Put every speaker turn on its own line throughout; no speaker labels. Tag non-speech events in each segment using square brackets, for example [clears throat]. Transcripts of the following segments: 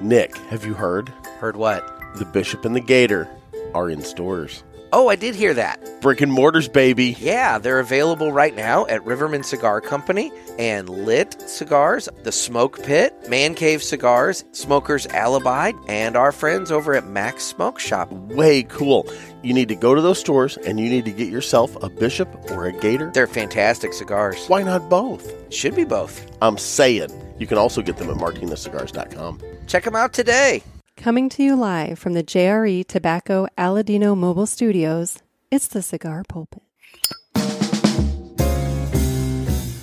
Nick, have you heard?
Heard what?
The Bishop and the Gator are in stores.
Oh, I did hear that.
Brick and mortars, baby.
Yeah, they're available right now at Riverman Cigar Company and Lit Cigars, The Smoke Pit, Man Cave Cigars, Smoker's Alibi, and our friends over at Max Smoke Shop.
Way cool. You need to go to those stores and you need to get yourself a Bishop or a Gator.
They're fantastic cigars.
Why not both?
Should be both.
I'm saying. You can also get them at martinezcigars.com.
Check them out today.
Coming to you live from the JRE Tobacco Aladino Mobile Studios, it's the Cigar Pulpit.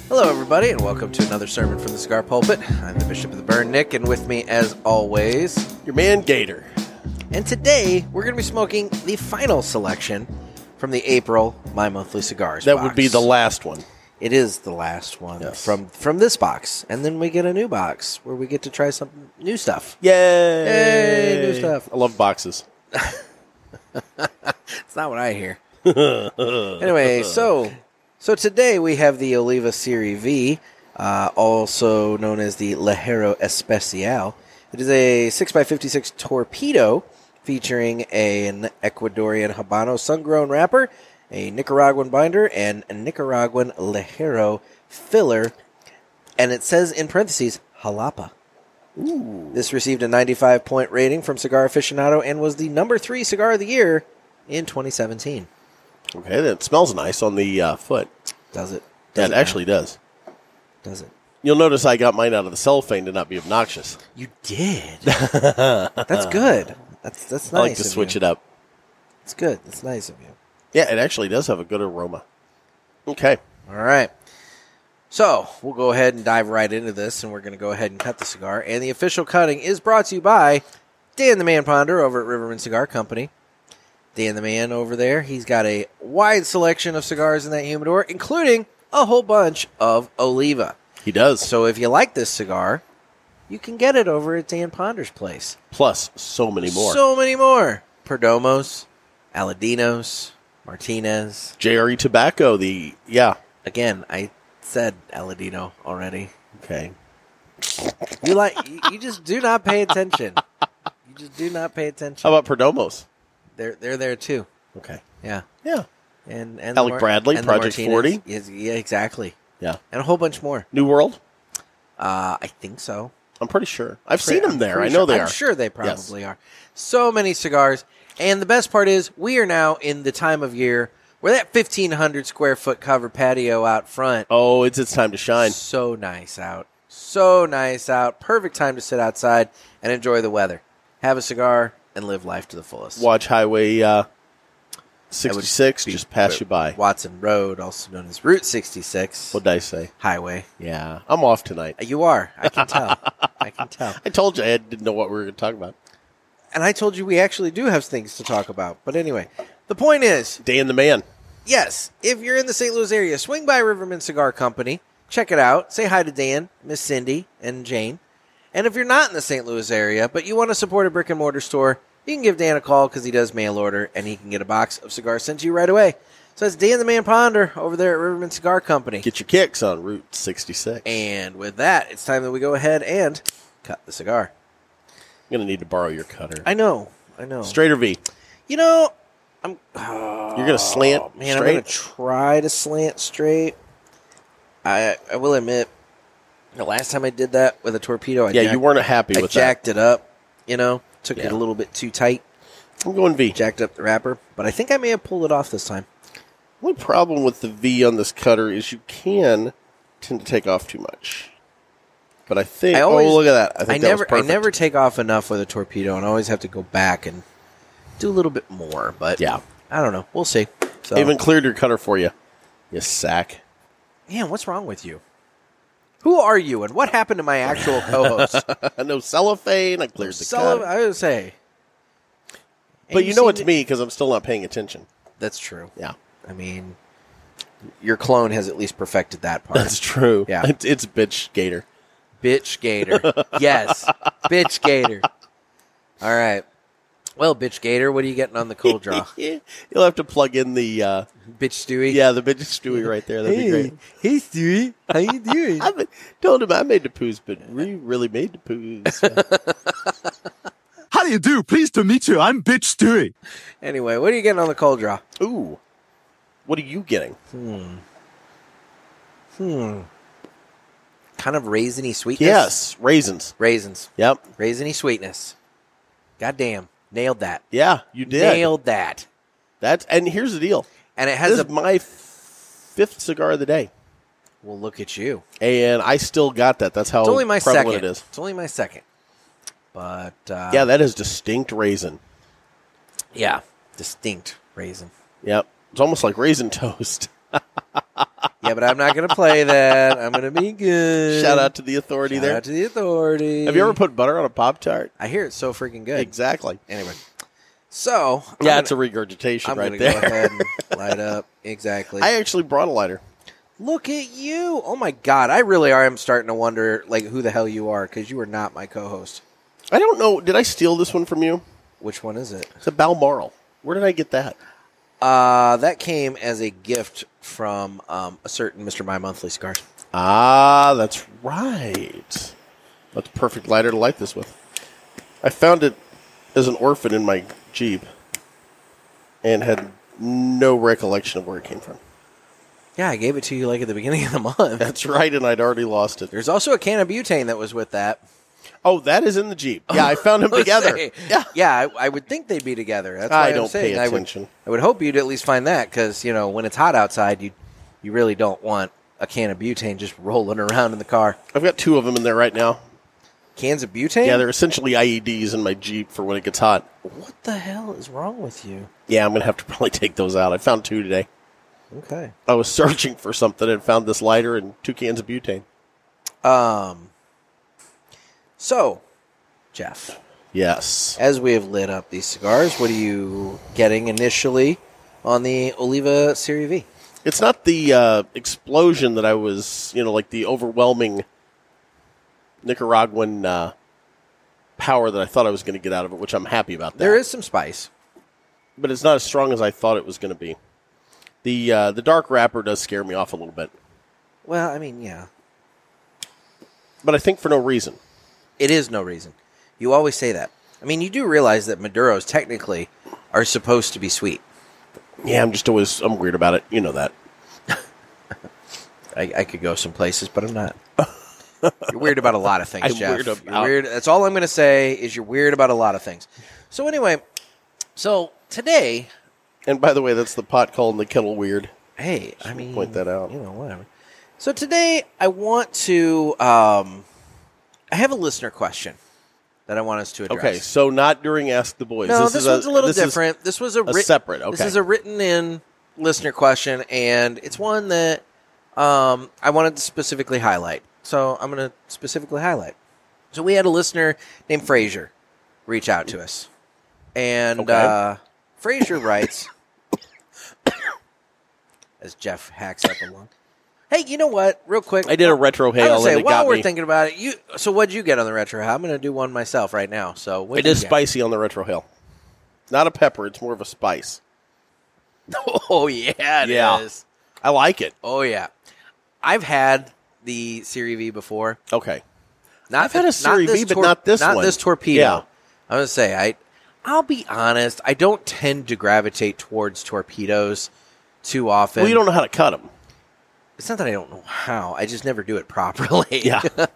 Hello, everybody, and welcome to another sermon from the Cigar Pulpit. I'm the Bishop of the Burn, Nick, and with me, as always,
Your man, Gator.
and today we're going to be smoking the final selection from the April My Monthly Cigars.
That
box.
would be the last one.
It is the last one
Yes.
from from this box, and then we get a new box where we get to try some new stuff.
Yay!
Yay, new stuff.
I love boxes.
It's not what I hear. anyway, so so today we have the Oliva Serie V, uh, also known as the Lejero Especial. It is a 6x56 torpedo featuring an Ecuadorian Habano sun-grown wrapper, a Nicaraguan binder, and a Nicaraguan Lejero filler. And it says in parentheses, Jalapa. This received a 95 point rating from Cigar Aficionado and was the number three cigar of the year in 2017.
Okay, that smells nice on the uh, foot.
Does it? Does
That
it
actually does.
now? Does it?
You'll notice I got mine out of the cellophane to not be obnoxious.
You
[laughs]
did. that's good. That's that's nice.
I like to switch it up.
up. It's good. That's nice of you.
Yeah, it actually does have a good aroma.
Mm.
Okay.
All right. So we'll go ahead and dive right into this, and we're going to go ahead and cut the cigar. And the official cutting is brought to you by Dan the Man Ponder over at Riverman Cigar Company. Dan the Man over there, he's got a wide selection of cigars in that humidor, including a whole bunch of Oliva.
He does.
So if you like this cigar, you can get it over at Dan Ponder's place.
Plus, so many more.
So many more. Perdomos, Aladinos, Martinez.
Jerry E Tobacco, the. Yeah.
Again, I said Aladino already.
Okay.
You like you, you just do not pay attention. You just do not pay attention.
How about Perdomos?
They're they're there too.
Okay.
Yeah.
Yeah.
And and
Alec Bradley,
the
Project
Martinez.
40.
Yes, yeah, exactly.
Yeah.
And a whole bunch more.
New World?
Uh, I think so.
I'm pretty sure. I've seen
Pre-
them there. I
pretty
know
sure-
they
I'm
are.
sure they probably are. So many cigars, and the best part is we are now in the time of year where that 1,500 square foot covered patio out front.
Oh, it's it's time to shine.
So nice out. So nice out. Perfect time to sit outside and enjoy the weather. Have a cigar and live life to the fullest.
Watch Highway uh, 66
be-
just pass you by.
Watson Road, also known as Route 66
What did I say?
Highway. Uh,
Yeah, I'm off tonight.
You are. I
[laughs]
can tell. I can tell.
I told you I didn't know what we were going to talk about.
And I told you we actually do have things to talk about. But anyway, the point is
Dan the man.
Yes, if you're in the St. Louis area, swing by Riverman Cigar Company. Check it out. Say hi to Dan, Miss Cindy, and Jane. And if you're not in the St. Louis area, but you want to support a brick and mortar store, you can give Dan a call because he does mail order and he can get a box of cigars sent to you right away. So that's Dan the Man Ponder over there at Riverman Cigar Company.
Get your kicks on Route 66.
And with that, it's time that we go ahead and cut the cigar.
I'm going to need to borrow your cutter.
I know, I know.
Straighter V.
You know, I'm. [sighs] oh,
You're going to slant
Man, I'm
straight.
gonna try to slant straight. I I will admit, the last time I did that with a torpedo, I
yeah,
jacked,
you weren't happy
I
with
jacked it up. You know, took
Yeah.
it a little bit too tight,
that. I'm going V.
jacked up the wrapper. But I think I may have pulled it off this time.
Only problem with the V on this cutter is you can tend to take off too much. But I think.
I always-
oh, look at that. I think
I
that
never
was
I
perfect.
never take off enough with a torpedo, and I always have to go back and do a little bit more. But
Yeah.
I don't know. We'll see. So,
I even cleared your cutter for you. You sack. [laughs]
man, what's wrong with you? Who are you, and what happened to my actual [laughs] co-host?
no cellophane. I cleared the
Sullivan,
cutter.
I would say.
But
And
you know
seem
it's me because I'm still not paying attention.
That's true.
Yeah,
I mean, your clone has at least perfected that
[laughs]
part.
that's true.
Yeah.
it's, [laughs] it's bitch gator.
bitch Gator. yes, bitch Gator. All right. Well, bitch Gator, what are you getting on the cold [laughs] draw?
You'll have to plug in the uh,
bitch Stewie.
yeah the bitch Stewie right there. That'd be great.
hey Stewie, how you doing? [laughs]
I told him I made the poos, but we really made the poos.
do you do? Pleased to meet you. I'm Bitch Stewie.
[laughs] Anyway, what are you getting on the cold draw?
Ooh. What are you getting?
Kind of raisiny sweetness.
Yes, raisins.
raisins,
Yep.
raisiny sweetness. Goddamn, nailed that.
Yeah, you did.
Nailed that.
That's and here's the deal.
And it
This
has
is
a.
my f- fifth cigar of the day,
Well, look at you.
and I still got that. That's how
It's only my
Oh, prevalent
second.
it is.
It's only my second. But uh,
Yeah, that is distinct raisin.
yeah, distinct raisin.
Yep, it's almost like raisin [laughs] toast.
Yeah, but I'm not gonna play that. I'm gonna
[laughs]
be good.
Shout out to the authority
Shout
there.
out to the authority.
Have you ever put butter on a pop tart?
I hear it's so freaking good.
Exactly.
Anyway, so
Yeah,
I'm
it's a regurgitation
I'm
right
gonna
there.
go ahead and light up. Exactly.
[laughs] I actually brought a lighter.
Look at you! Oh my god, I really are. am starting to wonder, like, who the hell you are, because you are not my co-host.
I don't know. Did I steal this one from you?
Which one is it?
It's a Balmoral. Where did I get that?
Uh, that came as a gift from um, a certain Mister My Monthly Scars.
Ah, that's right. That's the perfect lighter to light this with. I found it as an orphan in my Jeep and had no recollection of where it came from.
Yeah, I gave it to you like at the beginning of the [laughs] month.
That's right, and I'd already lost it.
There's also a can of butane that was with that.
Oh, that is in the Jeep. Yeah, I [laughs]
[laughs]
found them together.
Say,
Yeah.
I, I would think they'd be together. That's
I
why I'm
don't
saying
pay
I would-
attention.
I would, hope you'd at least find that because you know when it's hot outside, you you really don't want a can of butane just rolling around in the car.
I've got two of them in there right now.
Cans of butane.
Yeah, they're essentially IEDs in my Jeep for when it gets hot.
What the hell is wrong with you?
Yeah, I'm going to have to probably [laughs] take those out. I found two today.
Okay.
I was searching for something and found this lighter and two cans of butane.
Um. So, Jeff,
Yes.
as we have lit up these cigars, what are you getting initially on the Oliva Serie V?
It's not the uh, explosion that I was, you know, like the overwhelming Nicaraguan uh, power that I thought I was going to get out of it, which I'm happy about. That.
There is some spice.
but it's not as strong as I thought it was going to be. The uh, the dark wrapper does scare me off a little bit,
Well, I mean, yeah,
but I think for no reason.
it is no reason. You always say that. I mean, you do realize that Maduros technically are supposed to be sweet.
Yeah, I'm just always I'm weird about it. You know that.
I, I could go some places, but I'm not. [laughs] You're weird about a lot of things,
I'm
Jeff.
weird
You're
about-
weird- That's all I'm going to say is you're weird about a lot of things. So anyway, so today,
And by the way, that's the pot calling the kettle weird.
hey, I mean,
point that out.
You know, whatever. So today, I want to. Um, I have a listener question that I want us to address.
Okay, so not during Ask the Boys.
No, this, one's a, little
this is-
different. this was a, writ-
separate,
This
okay.
is a written in listener question, and it's one that um, I wanted to specifically highlight. So I'm going to specifically highlight. So we had a listener named Fraser reach out to us, and
Okay.
uh, Fraser writes, [coughs] as Jeff hacks up a lung. Hey, you know what? Real quick,
I did a retro
I
hail
was
and
gonna say
it got
while we're
me.
thinking about it, you. So what'd you get on the retro? I'm going to do one myself right now. So what
It is spicy on the retro hill. Not a pepper. It's more of a spice.
[laughs] Oh yeah, it is.
Yeah. I like it.
Oh yeah, I've had the Siri V before.
Okay.
Not
I've had a
not
Siri V,
this
but not this
Not
one.
this torpedo.
Yeah.
I'm gonna say I. I'll be honest. I don't tend to gravitate towards torpedoes too often.
Well, you don't know how to cut them.
It's not that I don't know how. I just never do it [laughs] properly.
Yeah. [laughs]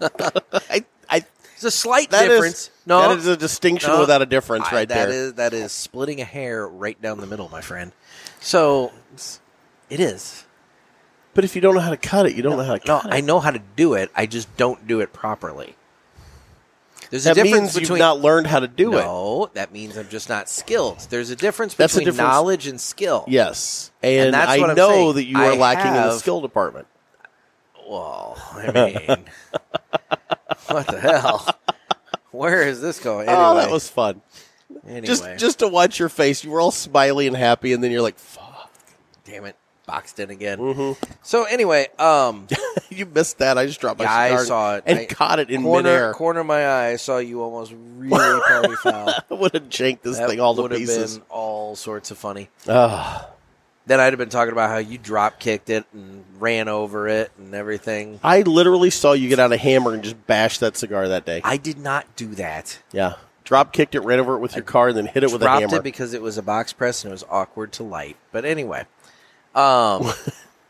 I, I,
it's a slight
that is-
difference. no,
that is a distinction
No.
without a difference
I-
right there.
That is that is splitting a hair right down the middle, my friend. So it is.
but if you don't know how to cut it, you don't know how to
No,
[laughs] cut it.
I know how to do it. I just don't do it properly. There's a
that
difference
means
between
you've not learned how to do it.
no. That means I'm just not skilled. There's a difference
That's the
between
difference.
knowledge and skill.
Yes. And,
that's what
I
I'm
know
saying.
that you are
I
lacking in the
have-
skill department.
Well, I
[laughs]
mean, what the hell? Where is this going? Anyway,
oh, that was fun.
anyway.
Just just to watch your face, you were all smiley and happy, and then you're like, fuck. [laughs]
damn it, boxed in again.
Mm-hmm.
So anyway, um,
you missed that. I just dropped my
Yeah, I
cigar
saw it.
and
I-
caught it [laughs] in
corner
midair.
corner of my eye, I saw you almost really
[laughs]
party foul.
I would have janked this
That
thing all to
would have
pieces.
been all sorts of funny.
Ugh.
Then I'd have been talking about how you drop kicked it and ran over it and everything.
I literally saw you get out a hammer and just bash that cigar that day.
I did not do that.
Yeah. Drop kicked it, ran over it with your car, and then hit it with a
dropped
hammer.
it because it was a box press and it was awkward to light. But anyway, um,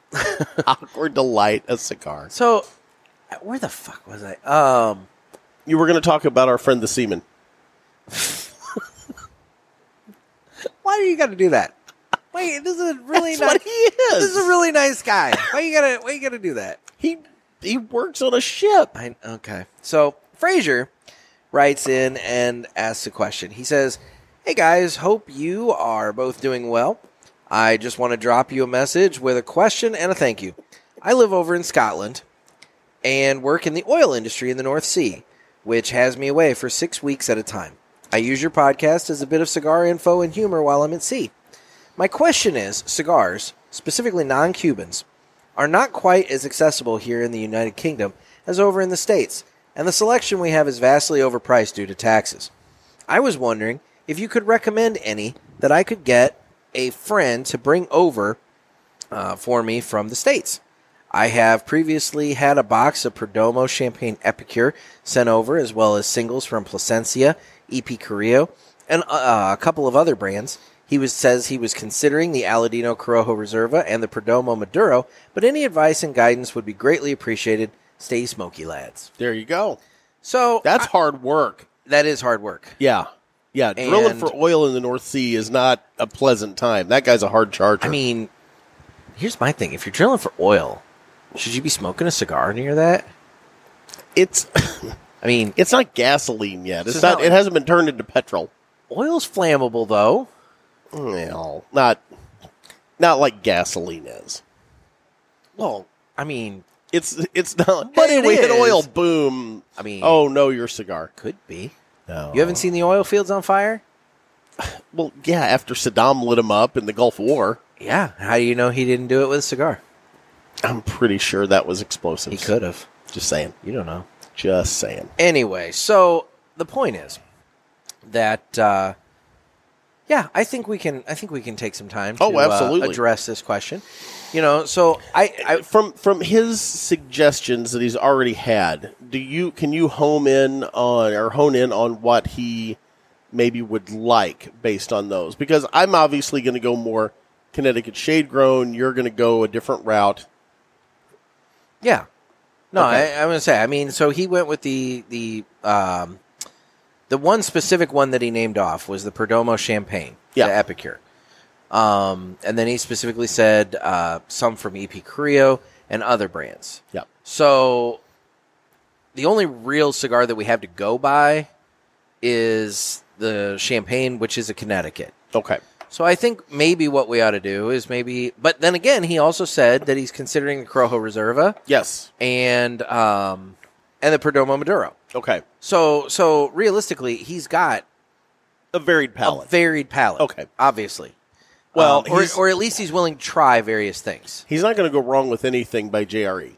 [laughs] Awkward delight, a cigar.
so where the fuck was I? Um,
You were going to talk about our friend the seaman.
why do you got to do that? Wait, this is a really
[laughs] That's what
nice.
he is.
This is a really
[laughs]
nice guy. Why you gotta? Why you gotta do that?
He he works on a ship.
I, okay. So Frazier writes in and asks a question. He says, Hey guys, hope you are both doing well. I just want to drop you a message with a question and a thank you. I live over in Scotland and work in the oil industry in the North Sea, which has me away for six weeks at a time. I use your podcast as a bit of cigar info and humor while I'm at sea. My question is cigars, specifically non Cubans, are not quite as accessible here in the United Kingdom as over in the States, and the selection we have is vastly overpriced due to taxes. I was wondering if you could recommend any that I could get a friend to bring over uh, for me from the States. I have previously had a box of Perdomo Champagne Epicure sent over, as well as singles from Placencia, Epicurio, and uh, a couple of other brands. He was, says he was considering the Aladino Corojo Reserva and the Perdomo Maduro, but any advice and guidance would be greatly appreciated. Stay smoky, lads.
There you go.
So
That's hard work.
that is hard work.
Yeah. Yeah, drilling
And-
for oil in the North Sea is not a pleasant time. That guy's a hard charger.
I mean, here's my thing: if you're drilling for oil, should you be smoking a cigar near that?
it's [laughs]
I mean,
it's not gasoline yet. It's,
it's
not,
not
It
like-
hasn't been turned into petrol.
oil's flammable, though.
Well, not not like gasoline is.
Well, I mean,
It's it's not.
But
Hey,
it
we hit
is.
oil. Boom.
I mean-
oh no, your cigar.
could be.
No,
You haven't seen the oil fields on fire?
Well, yeah. After Saddam lit him up in the Gulf War,
Yeah. How do you know he didn't do it with a cigar?
I'm pretty sure that was explosives.
He could have.
Just saying.
You don't know.
Just saying.
Anyway, so the point is that uh, yeah, I think we can. I think we can take some time.
Oh,
to, uh,
absolutely.
address this question. You know, so I, I
from from his suggestions that he's already had, do you can you home in on or hone in on what he maybe would like based on those? Because I'm obviously going to go more Connecticut shade grown. You're going to go a different route.
Yeah. No,
Okay.
I, I'm gonna say. I mean, so he went with the the um, the one specific one that he named off was the Perdomo Champagne,
Yeah.
the Epicure. Um, and then he specifically said uh, some from Epicurio and other brands.
Yeah,
So the only real cigar that we have to go by is the Champagne, which is a Connecticut.
okay.
So I think maybe what we ought to do is maybe, but then again, he also said that he's considering the Corojo Reserva
Yes.
and um, and the Perdomo Maduro.
Okay.
So so realistically, he's got
A varied
a
palette.
varied palette.
Okay.
obviously.
Well,
Um, or,
he's-
or at least he's willing to try various things.
he's not going to go wrong with anything by JRE.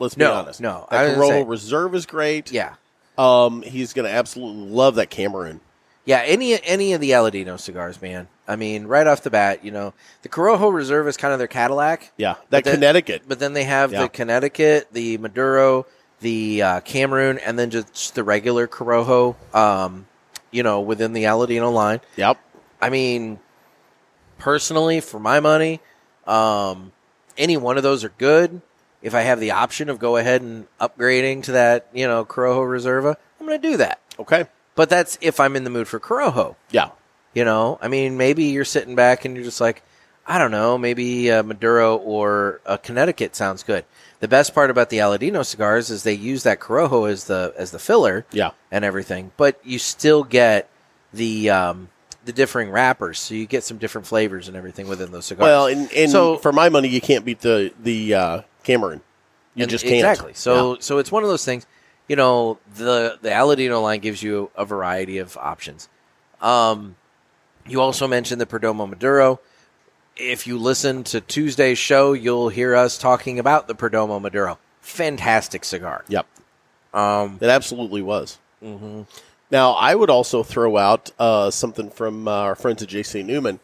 Let's be
No,
honest.
no, I
that
was gonna
Corolla
say-
Reserve is great.
Yeah,
Um, he's going to absolutely love that Cameroon.
yeah. Any any of the Aladino cigars, man. I mean, right off the bat, you know, the Corojo Reserve is kind of their Cadillac.
Yeah, that
But then-
Connecticut.
But then they have
Yeah.
the Connecticut, the Maduro, the uh, Cameroon, and then just the regular Corojo. Um, you know, within the Aladino line.
Yep.
I mean, personally, for my money, um, any one of those are good. If I have the option of go ahead and upgrading to that, you know, Corojo Reserva, I'm going to do that.
Okay.
But that's if I'm in the mood for Corojo.
Yeah.
You know, I mean, maybe you're sitting back and you're just like, I don't know, maybe uh, Maduro or uh, Connecticut sounds good. The best part about the Aladino cigars is they use that Corojo as the as the filler
Yeah.
and everything, but you still get the um, the differing wrappers, so you get some different flavors and everything within those cigars.
Well, and, and
So-
for my money, you can't beat the the uh, Cameron. You
And-
just can't.
exactly. So so it's one of those things. You know, the the Aladino line gives you a variety of options. Um, you also mentioned the Perdomo Maduro. If you listen to Tuesday's show, you'll hear us talking about the Perdomo Maduro. Fantastic cigar.
yep,
Um, Mm-hmm.
it absolutely was. Now, I would also throw out uh, something from uh, our friends at J.C. Newman.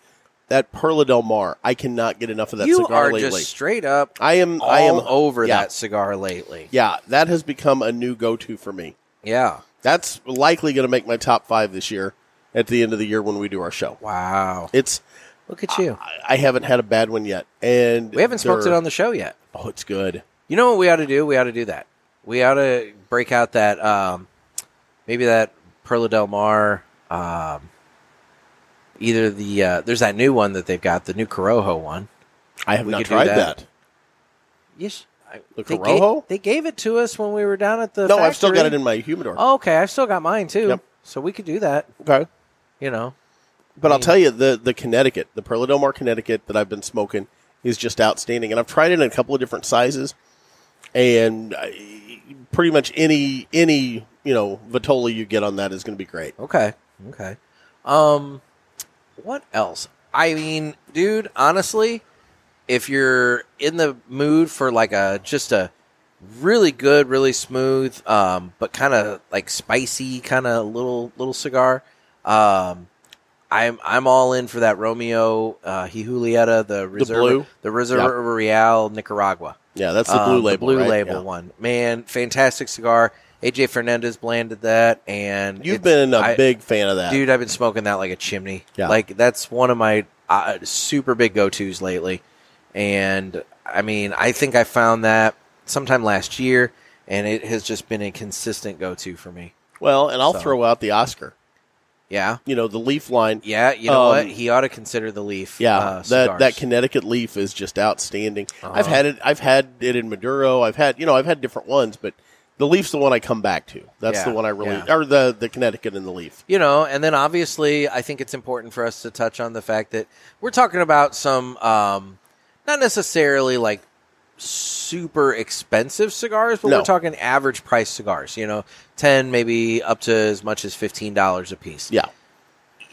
That Perla del Mar. I cannot get enough of that
you
cigar
are
lately.
just straight up
I am.
all
I am
over
yeah,
that cigar lately.
Yeah, that has become a new go-to for me.
Yeah.
That's likely going to make my top five this year at the end of the year when we do our show.
Wow.
It's
Look at you.
I- I haven't had a bad one yet, and
We haven't smoked it
they're-
on the show yet.
Oh, it's good.
You know what we ought to do? We ought to do that. We ought to break out that um, maybe that Perla Del Mar. Um, either the uh, there's that new one that they've got, the new Corojo one.
I have
We
not
could do
tried
that.
that.
Yes, I-
The
they
Corojo?
Gave, they gave it to us when we were down at the.
No, I've still got it
factory.
in my humidor.
Oh, okay, I've still got mine too.
Yep.
So we could do that.
Okay.
You know,
But I'll
Mm.
tell you, the the Connecticut, the Perla Del Mar Connecticut that I've been smoking is just outstanding, and I've tried it in a couple of different sizes, and I, pretty much any any you know Vitola you get on that is going to be great.
Okay. Okay. Um what else? I mean, dude, honestly, if you're in the mood for like a just a really good, really smooth, um, but kind of like spicy kind of little little cigar, um I'm I'm all in for that Romeo uh He Julieta, the Reserva,
blue?
the, Reserva Real Nicaragua.
Yeah, that's the
Um,
blue label.
blue
right?
label
Yeah.
one. Man, fantastic cigar. AJ Fernandez blended that, and
You've
it's-
been a
I-
big fan of that.
dude. I've been smoking that like a chimney.
Yeah.
Like that's one of my uh, super big go tos lately, and I mean, I think I found that sometime last year, and it has just been a consistent go to for me.
Well, and I'll
So.
throw out the Oscar.
Yeah,
You know, the leaf line.
yeah. You know
Um,
what? He ought to consider the leaf.
Yeah,
uh,
that that
cigars.
Connecticut leaf is just outstanding. I've
Uh-huh.
had it. I've had it in Maduro. I've had you know I've had different ones, but the leaf's the one I come back to. That's
Yeah,
the one I really
yeah.
or the the Connecticut and the leaf.
you know and then obviously i think it's important for us to touch on the fact that we're talking about some um not necessarily like super expensive cigars but
No.
we're talking average price cigars you know 10 maybe up to as much as $15 a piece
Yeah,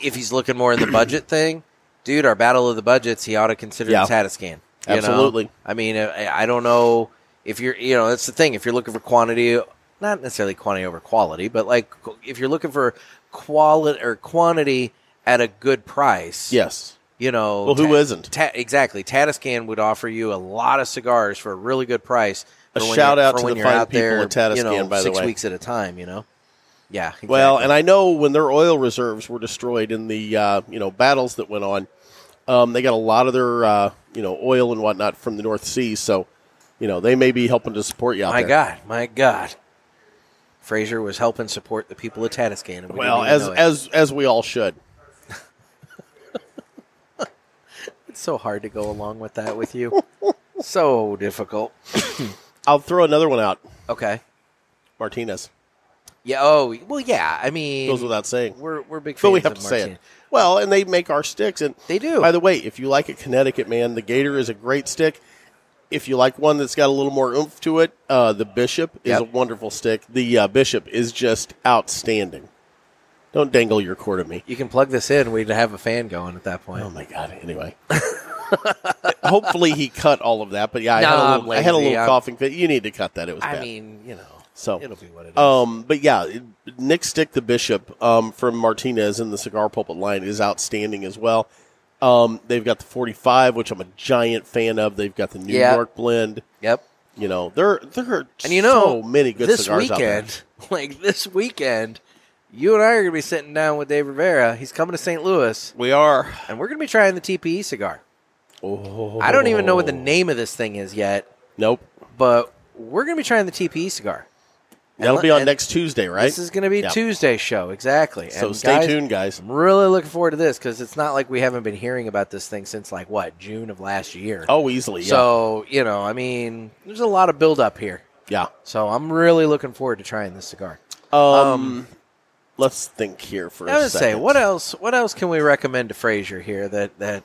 if he's looking more in the
[clears throat]
budget thing dude our battle of the budgets he ought to consider
Yeah.
the tatiscan you know?
Absolutely.
i mean I, I don't know if you're you know that's the thing if you're looking for quantity not necessarily quantity over quality but like if you're looking for quality or quantity at a good price
yes.
you know
Well, who isn't?
ta- exactly tatiscan would offer you a lot of cigars for a really good price
A
for when
shout
you're-
out
for
to
when
the
you're
fine
out there,
people at
you know,
Tatiscan, by the
six
way.
weeks at a time you know yeah exactly.
Well, and I know when their oil reserves were destroyed in the uh, you know battles that went on, um, they got a lot of their uh, you know oil and whatnot from the North Sea. So, you know they may be helping to support you out
My
there.
God, my God. Fraser was helping support the people of Tatiscan. and we
Well,
didn't even
as
know it.
as as we all should.
it's so hard to go along with that with you.
[laughs]
so difficult.
I'll throw another one out.
Okay.
Martinez
Yeah. Oh, well. Yeah. I mean,
goes without saying.
we're we're big fans.
But we have
of
to say it.
Martinez.
Well, and they make our sticks, and
They do.
By the way, if you like a Connecticut man, the Gator is a great stick. If you like one that's got a little more oomph to it, uh, the Bishop is
Yep.
a wonderful stick. The uh, Bishop is just outstanding. Don't dangle your cord at me.
you can plug this in. We'd have a fan going at that point.
Oh my god! Anyway, [laughs] hopefully he cut all of that. But yeah, I
No,
had a
I'm
little, I had a
lazy.
little
I'm-
coughing fit. You need to cut that. It was
I
bad.
mean, you know,
So,
it'll be what it is.
Um, but yeah, Nick Stick the Bishop um, from Martinez in the cigar pulpit line is outstanding as well. Um, they've got the 45, which I'm a giant fan of. They've got the New
Yeah.
York blend.
yep.
You know, there there are
And you
so
know,
many good
this
cigars out there.
weekend, [laughs] like this weekend, you and I are going to be sitting down with Dave Rivera. He's coming to St. Louis,
We are.
and we're going to be trying the TPE cigar.
Oh.
I don't even know what the name of this thing is yet,
Nope.
but we're going to be trying the TPE cigar.
That'll
le-
be on
and
next Tuesday, right?
This is going to be
Yeah.
Tuesday show, exactly.
So
And
stay
guys,
tuned, guys.
I'm really looking forward to this because it's not like we haven't been hearing about this thing since like what June of last year.
Oh, easily. Yeah.
so you know, I mean, there's a lot of build up here.
yeah.
So I'm really looking forward to trying this cigar.
Um, let's think here for
I
a
would
second.
say, what else? What else can we recommend to Frazier here that that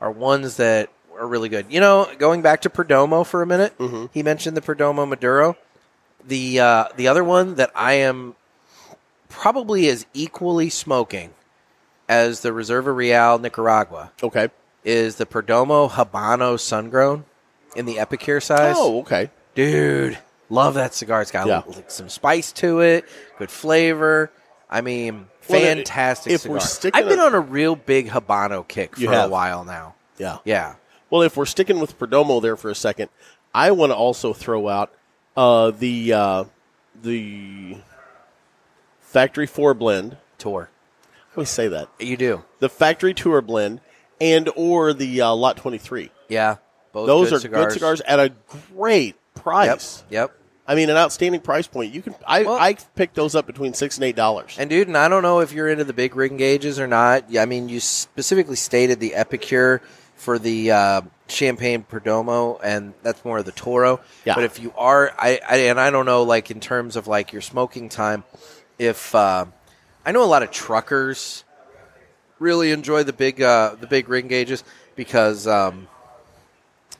are ones that are really good? You know, going back to Perdomo for a minute,
Mm-hmm.
he mentioned the Perdomo Maduro. The uh, the other one that I am probably as equally smoking as the Reserva Real Nicaragua
Okay.
is the Perdomo Habano Sungrown in the Epicure size.
Oh, okay.
Dude, love that cigar. It's got
Yeah.
like, some spice to it, good flavor. I mean,
Well, then,
fantastic
if
cigar.
we're sticking
I've been
a-
on a real big Habano kick
You
for a
have.
while now.
Yeah.
Yeah.
Well, if we're sticking with Perdomo there for a second, I want to also throw out uh, the uh, the factory four blend.
Tour.
How do we say that?
You do.
The factory tour blend and or the uh, lot twenty three.
Yeah. Both
Those are good cigars at a great price.
Yep. Yep.
I mean, an outstanding price point. You can I
Well-
I picked those up between six and eight dollars.
And dude, and I don't know if you're into the big ring gauges or not. Yeah, I mean, you specifically stated the Epicure for the uh, Champagne Perdomo, and that's more of the Toro.
Yeah.
But if you are, I, I and I don't know, like in terms of like your smoking time, if uh, I know a lot of truckers really enjoy the big uh, the big ring gauges because um,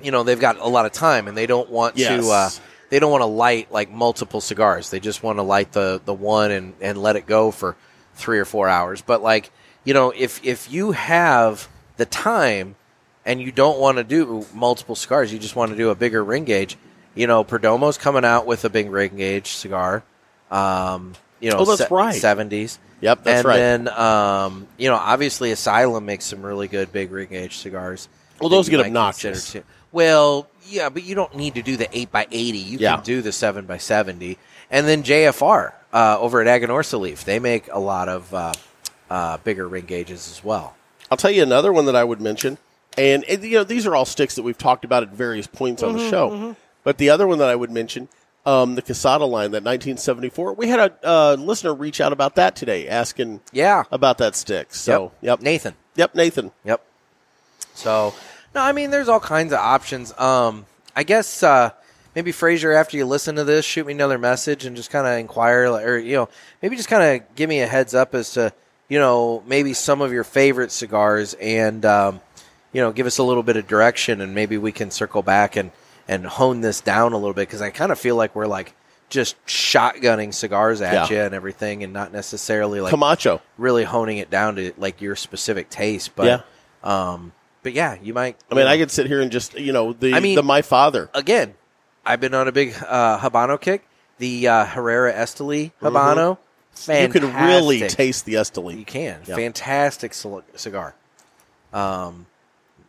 you know they've got a lot of time and they don't want
Yes.
to. Uh, they don't want to light like multiple cigars. They just want to light the the one and and let it go for three or four hours. But like you know, if if you have the time and you don't want to do multiple cigars, you just want to do a bigger ring gauge. You know, Perdomo's coming out with a big ring gauge cigar. Um, you know,
Oh, that's right.
seventies.
Yep, that's
and
right.
then um, you know, obviously, Asylum makes some really good big ring gauge cigars.
Well,
that
those
you
get
might consider
obnoxious.
too. Well, yeah, but you don't need to do the eight by eighty. You
Yeah.
can do the seven by seventy, and then JFR uh, over at Aganorsa Leaf, they make a lot of uh, uh, bigger ring gauges as well.
I'll tell you another one that I would mention, and, and, you know these are all sticks that we've talked about at various points on the show. But the other one that I would mention, um, the Casada line, that 1974. We had a uh, listener reach out about that today, asking
Yeah.
about that stick. So yep, yep,
Nathan.
Nathan.
Yep. So, no, I mean, there's all kinds of options. Um, I guess uh, maybe Fraser, after you listen to this, shoot me another message and just kind of inquire, like, or you know, maybe just kind of give me a heads up as to you know maybe some of your favorite cigars, and um, you know, give us a little bit of direction, and maybe we can circle back and and hone this down a little bit because I kind of feel like we're like just shotgunning cigars at
Yeah.
you and everything, and not necessarily like
Camacho.
really honing it down to like your specific taste. But
Yeah.
um but yeah, you might
I mean, I could sit here and just you know the
I mean-
the my father.
again, I've been on a big uh Habano kick. The uh Herrera Esteli Habano.
Mm-hmm. You could really
fantastic.
taste the Esteli.
You can.
Yeah.
Fantastic cil- cigar. Um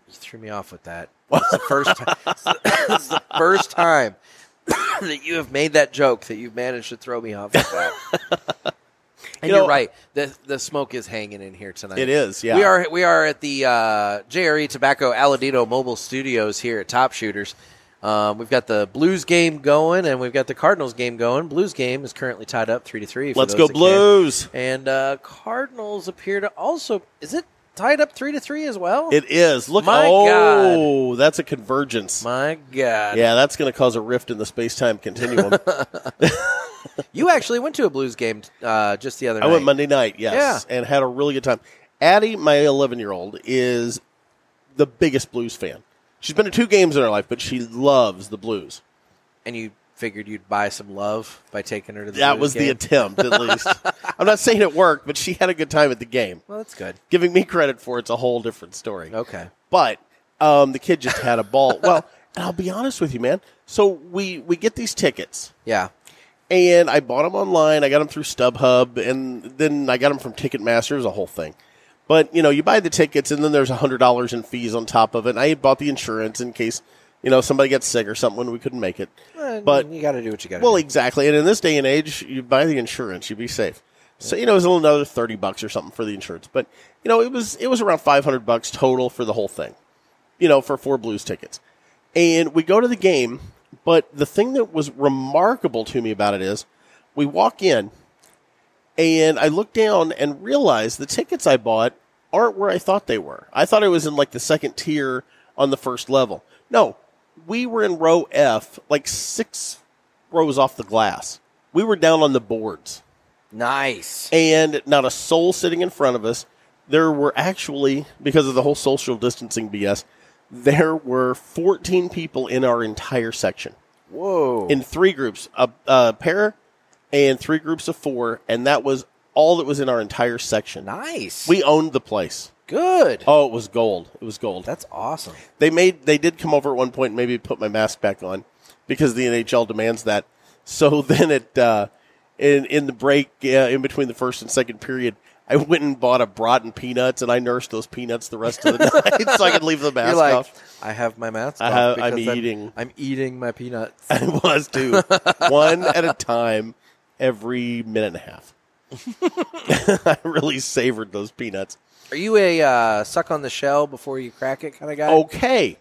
you threw me off with that. It's the first time, [laughs] it's the first time [coughs] that you have made that joke that you've managed to throw me off with that.
[laughs]
And
You
you are
know-
right. The the smoke is hanging in here tonight.
It is, yeah.
We are we are at the uh, JRE Tobacco Aladino Mobile Studios here at Top Shooters. Um, we've got the Blues game going, and we've got the Cardinals game going. Blues game is currently tied up three to three. for
Let's go
those that can.
Blues.
And uh, Cardinals appear to also is it tied up three to three as well?
It is. Look,
My
oh, that's a convergence.
My God,
yeah, that's going to cause a rift in the space time
[laughs]
continuum.
you actually went to a Blues game uh, just the other
I
night.
went Monday night, yes, and had a really good time. Addie, my 11 year old, is the biggest blues fan. She's been to two games in her life, but she loves the blues.
and you figured you'd buy some love by taking her to the
That
Blues
was the
game?
attempt,
[laughs]
at least. I'm not saying it worked, but she had a good time at the game.
well, that's good.
Giving me credit for it's a whole different story.
Okay,
But um, the kid just had a ball. well, and I'll be honest with you, man. So we we get these tickets.
yeah.
and I bought them online. I got them through StubHub, and then I got them from Ticketmaster. It was a whole thing. But you know, you buy the tickets, and then there's hundred dollars in fees on top of it. And I had bought the insurance in case you know somebody gets sick or something when we couldn't make it.
Eh,
But
you got to do what you got to
well,
do.
exactly. And in this day and age, you buy the insurance, you'd be safe. So you know, it was another thirty bucks or something for the insurance. But you know, it was it was around five hundred bucks total for the whole thing. You know, for four Blues tickets, and we go to the game. But the thing that was remarkable to me about it is, we walk in, and I look down and realize the tickets I bought aren't where I thought they were. I thought it was in like the second tier on the first level. No, we were in row F, like six rows off the glass. We were down on the boards,
Nice.
and not a soul sitting in front of us. There were actually, because of the whole social distancing BS, there were 14 people in our entire section
Whoa.
in three groups, a, a pair and three groups of four, and that was all that was in our entire section.
nice.
We owned the place.
good.
Oh, it was gold. It was gold.
That's awesome.
They made they did come over at one point and maybe put my mask back on because the NHL demands that. [laughs] So then it uh, in in the break uh, in between the first and second period, I went and bought a brat and peanuts and I nursed those peanuts the rest of the [laughs] night so I could leave the mask
You're like,
off.
I have my mask
I
off
have-
because
I'm eating.
I'm eating
[laughs]
my peanuts.
I was too. One at a time every minute and a half. [laughs] I really savored those peanuts.
Are you a uh, suck on the shell before you crack it kind of guy?
Oh, Okay.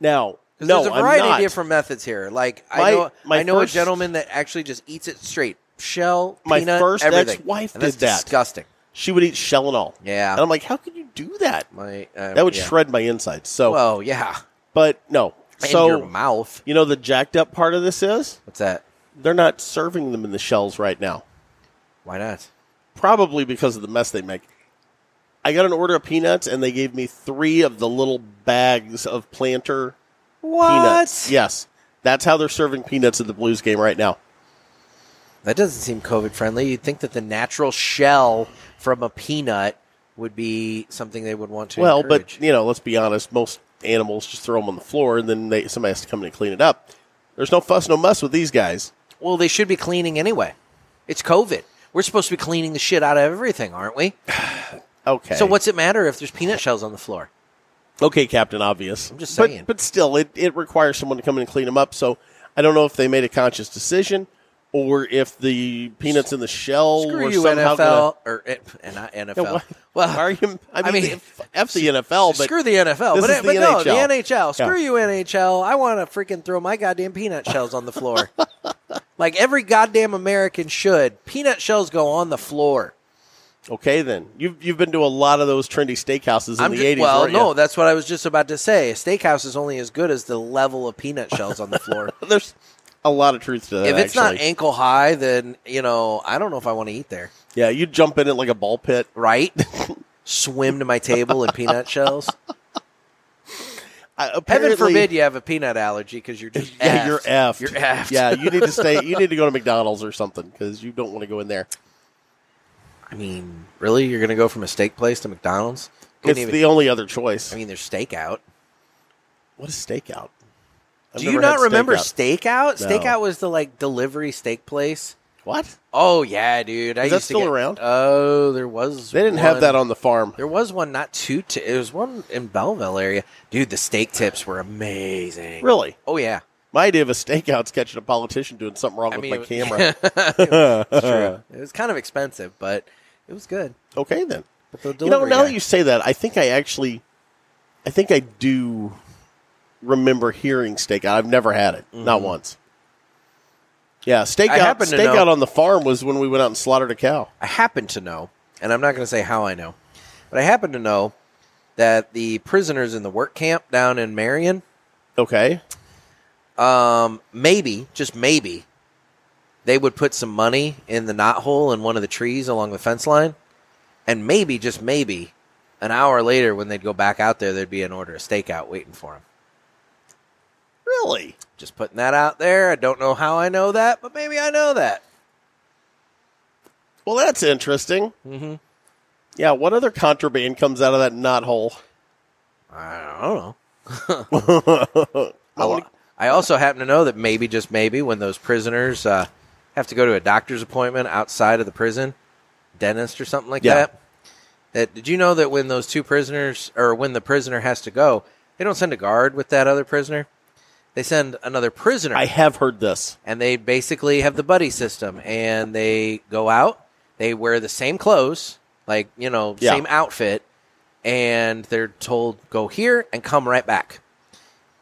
Now,
'Cause
no,
there's a variety
I'm not.
of different methods here. Like
My-
I know,
my
I know
first-
a gentleman that actually just eats it straight, shell,
My
peanut,
first
everything.
ex-wife
and that's
did that.
Disgusting.
She would eat shell and all.
Yeah.
And I'm like, how could you do that?
My uh,
That would
yeah.
shred my insides. So,
Well, yeah.
but no.
In your
So,
mouth.
you know, the jacked up part of this is
What's that?
they're not serving them in the shells right now.
Why not?
Probably because of the mess they make. I got an order of peanuts and they gave me three of the little bags of planter
What?
peanuts. Yes. That's how they're serving peanuts at the Blues game right now.
That doesn't seem COVID friendly. You'd think that the natural shell from a peanut would be something they would want to.
well,
encourage.
but you know, let's be honest. Most animals just throw them on the floor, and then they, somebody has to come in and clean it up. There's no fuss, no muss with these guys.
well, they should be cleaning anyway. It's COVID. We're supposed to be cleaning the shit out of everything, aren't we?
Okay.
So what's it matter if there's peanut shells on the floor?
Okay, Captain Obvious. I'm
just saying.
But, but still, it, it requires someone to come in and clean them up. So I don't know if they made a conscious decision or if the peanuts in the shell
Screw
were
you,
somehow
NFL,
gonna-
or eh, and not NFL.
Yeah, [laughs] why-
well,
why are you? I mean,
I mean,
f- f the NFL, but
screw the NFL,
this is
but, eh,
the
but no, the
NHL.
NHL. Screw
Yeah.
you, NHL. I want to freaking throw my goddamn peanut shells on
[laughs]
the floor, like every goddamn American should. Peanut shells go on the floor.
okay, then you've you've been to a lot of those trendy steakhouses in
I'm
the
ju-
'80s.
well,
weren't
no,
you?
that's what I was just about to say. A steakhouse is only as good as the level of peanut shells on
[laughs]
the floor.
there's a lot of truth to that.
if it's
actually.
not ankle high, then you know I don't know if I want to eat there.
yeah, you jump in it like a ball pit. [laughs]
Right? Swim to my table in peanut shells.
I,
Heaven
apparently-
forbid you have a peanut allergy because you're just
[laughs] Yeah,
effed.
you're effed.
You're effed.
Yeah, you need to stay. You need to go to McDonald's or something because you don't want to go in there.
[laughs] I mean, really, you're gonna go from a steak place to McDonald's?
It's
Didn't even-
the only other choice.
I mean, there's stakeout.
what is stakeout? I've
Do you
never had
not remember
stakeout.
stakeout?
No.
Stakeout was the like delivery steak place.
what?
Oh yeah, dude. I
Is that
used to
still
get-
around?
Oh, there was.
They didn't
one-
have that on the farm.
There was one not too. T- it was one in Belleville area. Dude, the steak tips were amazing.
Really?
Oh yeah.
My idea of a stakeout's catching a politician doing something wrong
I
with
mean,
my
it- [laughs]
camera. [laughs]
It's true. it was kind of expensive, but it was good.
okay, then.
But the
You know,
delivery
now
guy-
that you say that, I think I actually, I think I do remember hearing stakeout. I've never had it, not once. Yeah, stakeout.
Mm-hmm. happen to know-
Stakeout on the farm was when we went out and slaughtered a cow.
I happen to know, and I'm not going to say how I know, but I happen to know that the prisoners in the work camp down in Marion,
Okay.
um, maybe, just maybe, they would put some money in the knot hole in one of the trees along the fence line, and maybe, just maybe, an hour later when they'd go back out there, there'd be an order of stakeout waiting for them.
Really?
Just putting that out there. I don't know how I know that, but maybe I know that.
Well, that's interesting. Mm-hmm. Yeah. What other contraband comes out of that knot hole?
I don't know. Oh,
I wanna-
I also happen to know that maybe, just maybe, when those prisoners uh, have to go to a doctor's appointment outside of the prison, dentist or something like
Yeah.
that, that did you know that when those two prisoners or when the prisoner has to go, they don't send a guard with that other prisoner; they send another prisoner,
I have heard this. [laughs]
and they basically have the buddy system, and they go out, they wear the same clothes, like you know,
Yeah.
same outfit, and they're told go here and come right back.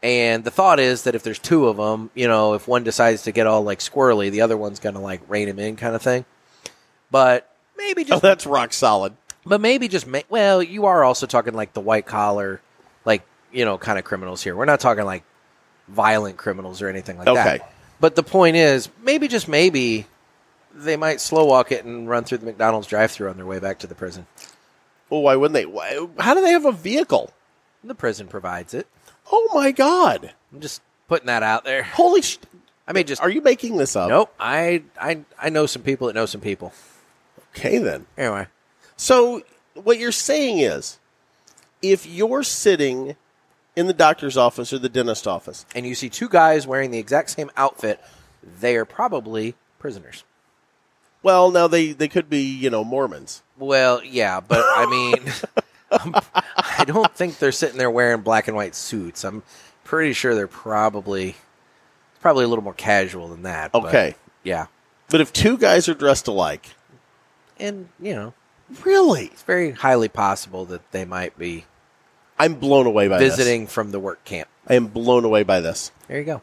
And the thought is that if there's two of them, you know, if one decides to get all like squirrely, the other one's going to like rein him in, kind of thing. But maybe
Oh,
just,
that's rock solid.
but maybe just, ma- well, you are also talking like the white collar, like you know, kind of criminals here. We're not talking like violent criminals or anything like
Okay.
that. But the point is, maybe just maybe they might slow walk it and run through the McDonald's drive-through on their way back to the prison.
Well, Oh, why wouldn't they? Why, how do they have a vehicle?
The prison provides it.
Oh my God!
I'm just putting that out there.
Holy! Sh-
I mean, just
Are you making this up?
Nope. I, I I know some people that know some people.
Okay then.
Anyway.
So what you're saying is, if you're sitting in the doctor's office or the dentist office,
And you see two guys wearing the exact same outfit, they are probably prisoners.
well, now they they could be you know Mormons.
Well, yeah, but I mean [laughs] I don't think they're sitting there wearing black and white suits. I'm pretty sure they're probably probably a little more casual than that. but
Okay.
yeah.
But if two guys are dressed alike,
and you know,
Really?
it's very highly possible that they might be
I'm blown away by this.
visiting from the work camp.
I am blown away by this.
There you go.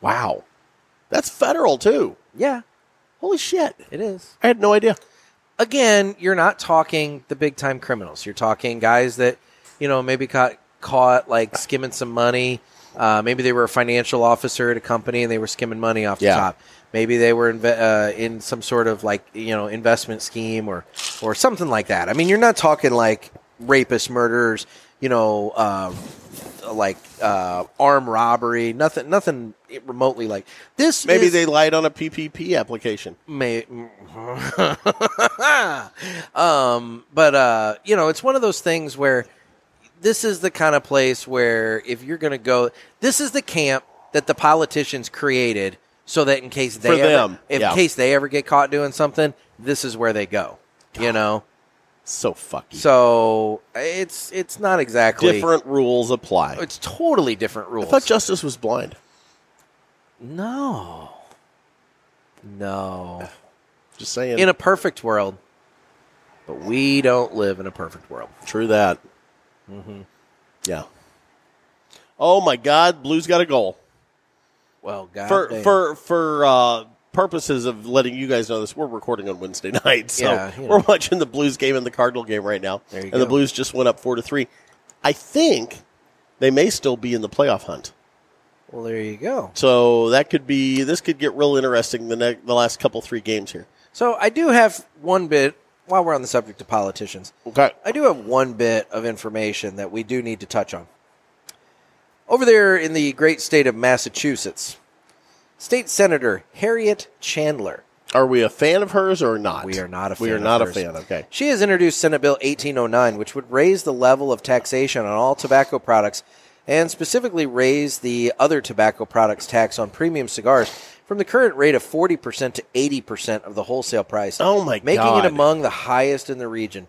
Wow. That's federal too.
Yeah,
Holy shit.
it is.
I had no idea.
Again, you're not talking the big time criminals. You're talking guys that you know maybe got caught like skimming some money. Uh, maybe they were a financial officer at a company and they were skimming money off the
Yeah.
top. Maybe they were inve- uh, in some sort of like you know investment scheme or or something like that. I mean, you're not talking like rapists, murderers, you know, uh, like uh, armed robbery, nothing, nothing remotely like this.
Maybe
is-
they lied on a PPP application.
May, [laughs] um, but uh, you know, it's one of those things where this is the kind of place where if you're going to go, this is the camp that the politicians created so that in case they
For
ever,
them,
in
yeah.
case they ever get caught doing something, this is where they go. You know,
So fucky.
so it's it's not exactly
Different rules apply.
It's totally different
I
rules.
thought justice was blind.
no, no.
Just saying.
in a perfect world. But we don't live in a perfect world.
True that. Mm-hmm. Yeah. Oh my God! Blue's got a goal
Well, God
for
damn.
for for uh, purposes of letting you guys know this. We're recording on Wednesday [laughs] night, so
Yeah, you know.
we're watching the Blues game and the Cardinal game right now.
There you
and
go.
the Blues just went up four to three. I think they may still be in the playoff hunt.
well, there you go.
So that could be this could get real interesting the ne- the last couple three games here.
So I do have one bit while we're on the subject of politicians.
Okay.
I do have one bit of information that we do need to touch on. Over there in the great state of Massachusetts, State Senator Harriet Chandler
Are we a fan of hers or not?
We are not a fan.
We are
of
not
hers.
a fan. Okay.
She has introduced Senate Bill 1809, which would raise the level of taxation on all tobacco products and specifically raise the other tobacco products tax on premium cigars from the current rate of 40% to 80% of the wholesale price.
Oh my
Making
God.
it among the highest in the region.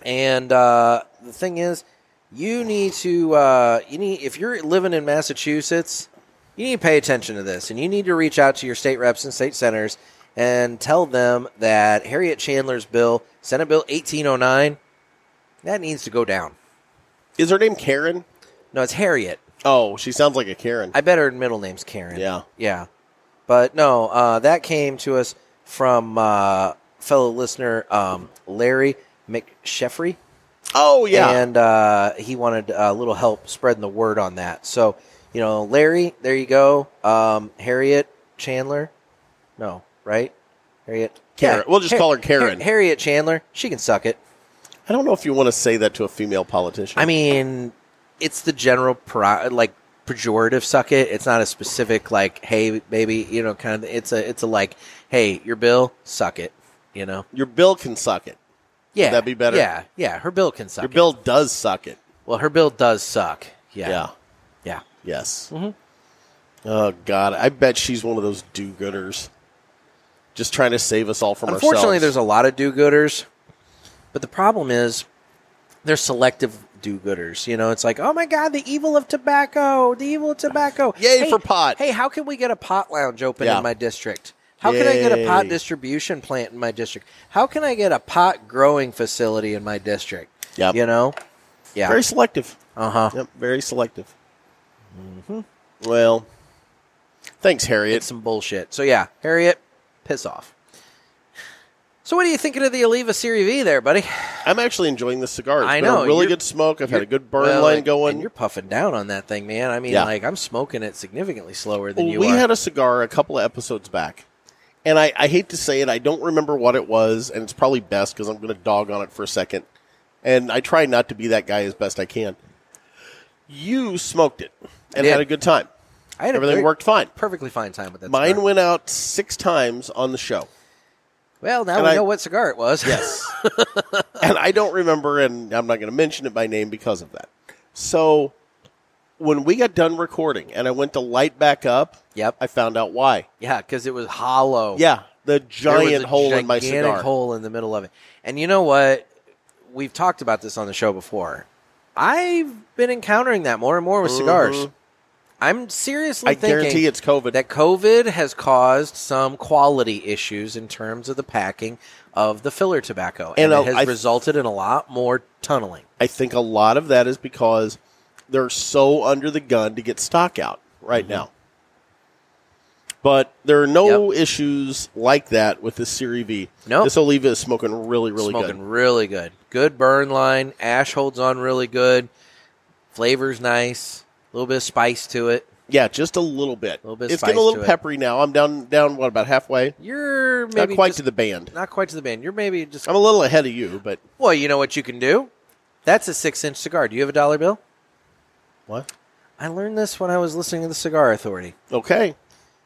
And uh, the thing is, you need to uh, you need if you're living in Massachusetts, you need to pay attention to this, and you need to reach out to your state reps and state senators and tell them that Harriet Chandler's bill, Senate Bill 1809, that needs to go down.
Is her name Karen?
No, it's Harriet.
Oh, she sounds like a Karen.
I bet her middle name's Karen.
Yeah.
Yeah. But no, uh, that came to us from uh, fellow listener um, Larry McSheffrey.
oh yeah.
And uh, he wanted a little help spreading the word on that. So, you know, Larry, there you go. Um, Harriet Chandler. No, right? Harriet.
Karen. We'll just call her Karen.
Harriet Chandler. She can suck it.
I don't know if you want to say that to a female politician.
I mean, it's the general, pro- like, pejorative suck it. It's not a specific, like, hey, baby, you know, kind of. It's a, it's a like, hey, your bill, suck it, you know?
your bill can suck it.
Yeah.
that be better?
Yeah. Yeah. Her bill can suck
Your
it.
bill does suck it.
Well, her bill does suck.
Yeah.
Yeah. Mm-hmm. Yeah. Yeah.
Yes. Oh God, I bet she's one of those do-gooders, just trying to save us all from
Unfortunately,
ourselves.
there's a lot of do-gooders, but the problem is they're selective do-gooders. You know, it's like, oh my god, the evil of tobacco, the evil of tobacco.
Yay
Hey-
for pot.
Hey, how can we get a pot lounge open
Yeah.
in my district? How can I get a pot
Yay.
distribution plant in my district? How can I get a pot growing facility in my district?
Yep.
You know, yeah.
very selective.
uh huh.
Yep, very selective.
Mm-hmm.
Well, thanks, Harriet.
It's some bullshit. So yeah, Harriet, piss off. So what are you thinking of the Oliva Serie V there, buddy?
I'm actually enjoying the cigar. It's
I
been a
know,
really
you're-
good smoke. I've had a
You're-
good burn
well,
line
and-
going.
And you're puffing down on that thing, man. I mean,
Yeah.
like I'm smoking it significantly slower than
Well,
you
we
are.
had a cigar a couple of episodes back, and I, I hate to say it, I don't remember what it was, and it's probably best because I'm going to dog on it for a second. And I try not to be that guy as best I can. You smoked it and
did.
had a good time.
I had a
Everything
very-
worked fine.
perfectly fine time with that.
Mine
cigar.
went out six times on the
[laughs]
show.
well, now
and
we
I-
know what cigar it was.
Yes. and I don't remember, and I'm not going to mention it by name because of that. So when we got done recording and I went to light back up,
[laughs] Yep.
I found out why.
yeah, because it was hollow.
Yeah, the
There was
giant
a
hole in my
gigantic
cigar.
hole in the middle of it. And you know what? We've talked about this on the show before. I've been encountering that more and more with cigars. I'm seriously
Mm-hmm. I
thinking
guarantee it's COVID.
that COVID has caused some quality issues in terms of the packing of the filler tobacco, and,
And
it
I'll-
has
I-
resulted in a lot more tunneling.
I think a lot of that is because they're so under the gun to get stock out
Mm-hmm.
right now. But there are no issues like that with this Siri V.
Nope.
This Oliva is smoking really, really
Smoking
good.
really good. Good burn line. Ash holds on really good. Flavor's nice. A little bit of spice to it.
Yeah, just a little bit.
Little bit of
it's getting a
spice
little
to it.
peppery now. I'm down, down what about halfway?
You're maybe
Not quite
just-
to the band.
not quite to the band. You're maybe just
I'm a little ahead of you, but
well. You know what you can do? That's a six inch cigar. Do you have a dollar bill?
what?
I learned this when I was listening to the Cigar Authority.
Okay,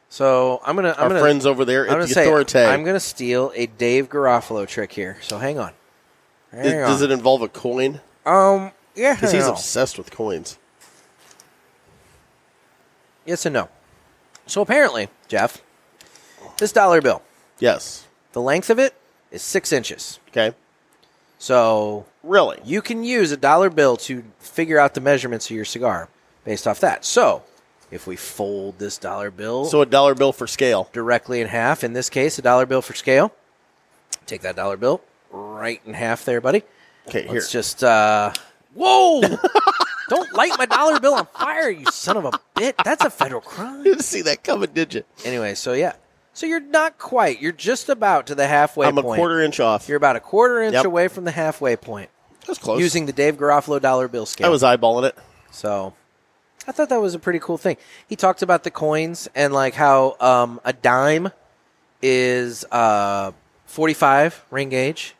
So I'm gonna. I'm
our
gonna,
friends over there
I'm
at
gonna
the
say
Authorite.
I'm gonna steal a Dave Garofalo trick here. So hang on. Hang
Does-
on.
does it involve a coin?
um. Yeah.
Because he's
no.
obsessed with coins.
Yes and no. So apparently, Jeff, this dollar bill,
Yes.
the length of it is six inches.
Okay.
So
Really?
you can use a dollar bill to figure out the measurements of your cigar based off that. So if we fold this dollar bill
So a dollar bill for scale.
directly in half, in this case, a dollar bill for scale, take that dollar bill right in half there, buddy.
Okay, here. [laughs]
Let's just uh [laughs] Whoa! Don't light my dollar bill on fire, you son of a bit. That's a federal crime.
didn't see that coming, did you?
Anyway, so yeah. So you're not quite. You're just about to the halfway
I'm a
point.
quarter inch off.
You're about a quarter inch
Yep.
away from the halfway point.
That's close.
Using the Dave Garofalo dollar bill scale.
I was eyeballing it.
so I thought that was a pretty cool thing. He talked about the coins and like how um, a dime is uh, 45 ring gauge.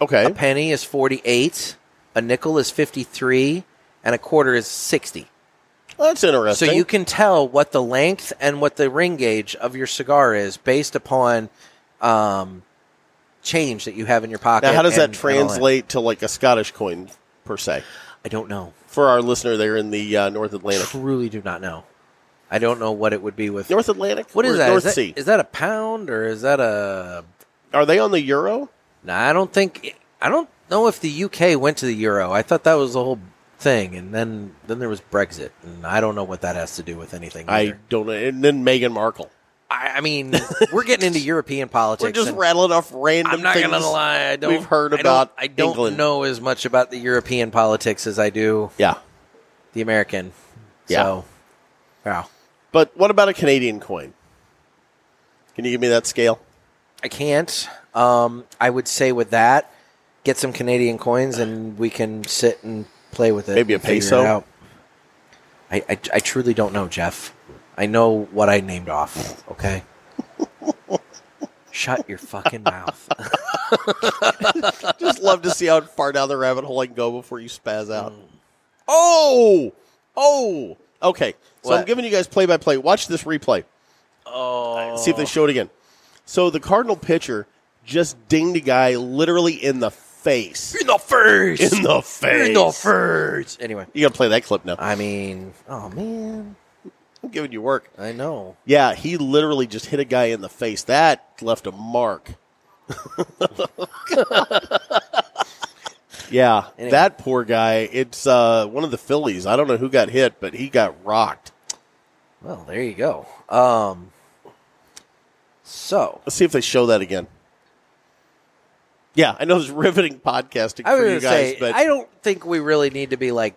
Okay.
A penny is 48, a nickel is 53, and a quarter is 60.
That's
So
interesting.
you can tell what the length and what the ring gauge of your cigar is based upon um, change that you have in your pocket.
now, how does that
and- and all
translate to like a Scottish coin per se?
I don't know.
For our listener there in the uh, North Atlantic,
[laughs] Truly do not know. I don't know what it would be with.
North Atlantic.
what
Or
is that?
North
Is that-
Sea.
is that a pound or is that a?
Are they on the euro?
Nah, I don't think. I don't know if the UK went to the euro. I thought that was the whole thing, and then then there was Brexit, and I don't know what that has to do with anything.
I
either.
don't know. And then Meghan Markle.
I, I mean, we're getting into European politics.
[laughs] We're just
and
rattling off random.
I'm not
things
gonna lie. I don't,
we've heard
I don't-
about.
I don't
England.
know as much about the European politics as I do
Yeah,
the American.
Yeah.
So, wow.
but what about a Canadian coin? Can you give me that scale?
I can't. Um, I would say with that, get some Canadian coins and we can sit and play with it.
Maybe a
and figure it
peso?
out. I, I, I truly don't know, Jeff. I know what I named off. Okay. Shut your fucking mouth.
Just love to see how far down the rabbit hole I can go before you spaz out. Oh, oh. Okay, so I'm
What?
giving you guys play by play. Watch this replay.
oh,
See if they show it again. So the Cardinal pitcher just dinged a guy literally in the face.
[laughs] in the
[laughs]
first.
In the face.
In the first. Anyway,
You gotta play that clip now.
I mean, oh man,
I'm giving you work.
I know.
Yeah, he literally just hit a guy in the face. That left a mark. [laughs] yeah,
Anyway.
that poor guy. It's uh, one of the Phillies. I don't know who got hit, but he got rocked.
Well, there you go. Um, so
Let's see if they show that again. Yeah, I know it's [laughs] riveting podcasting
I was
for
gonna
you guys,
say,
but
I don't think we really need to be like,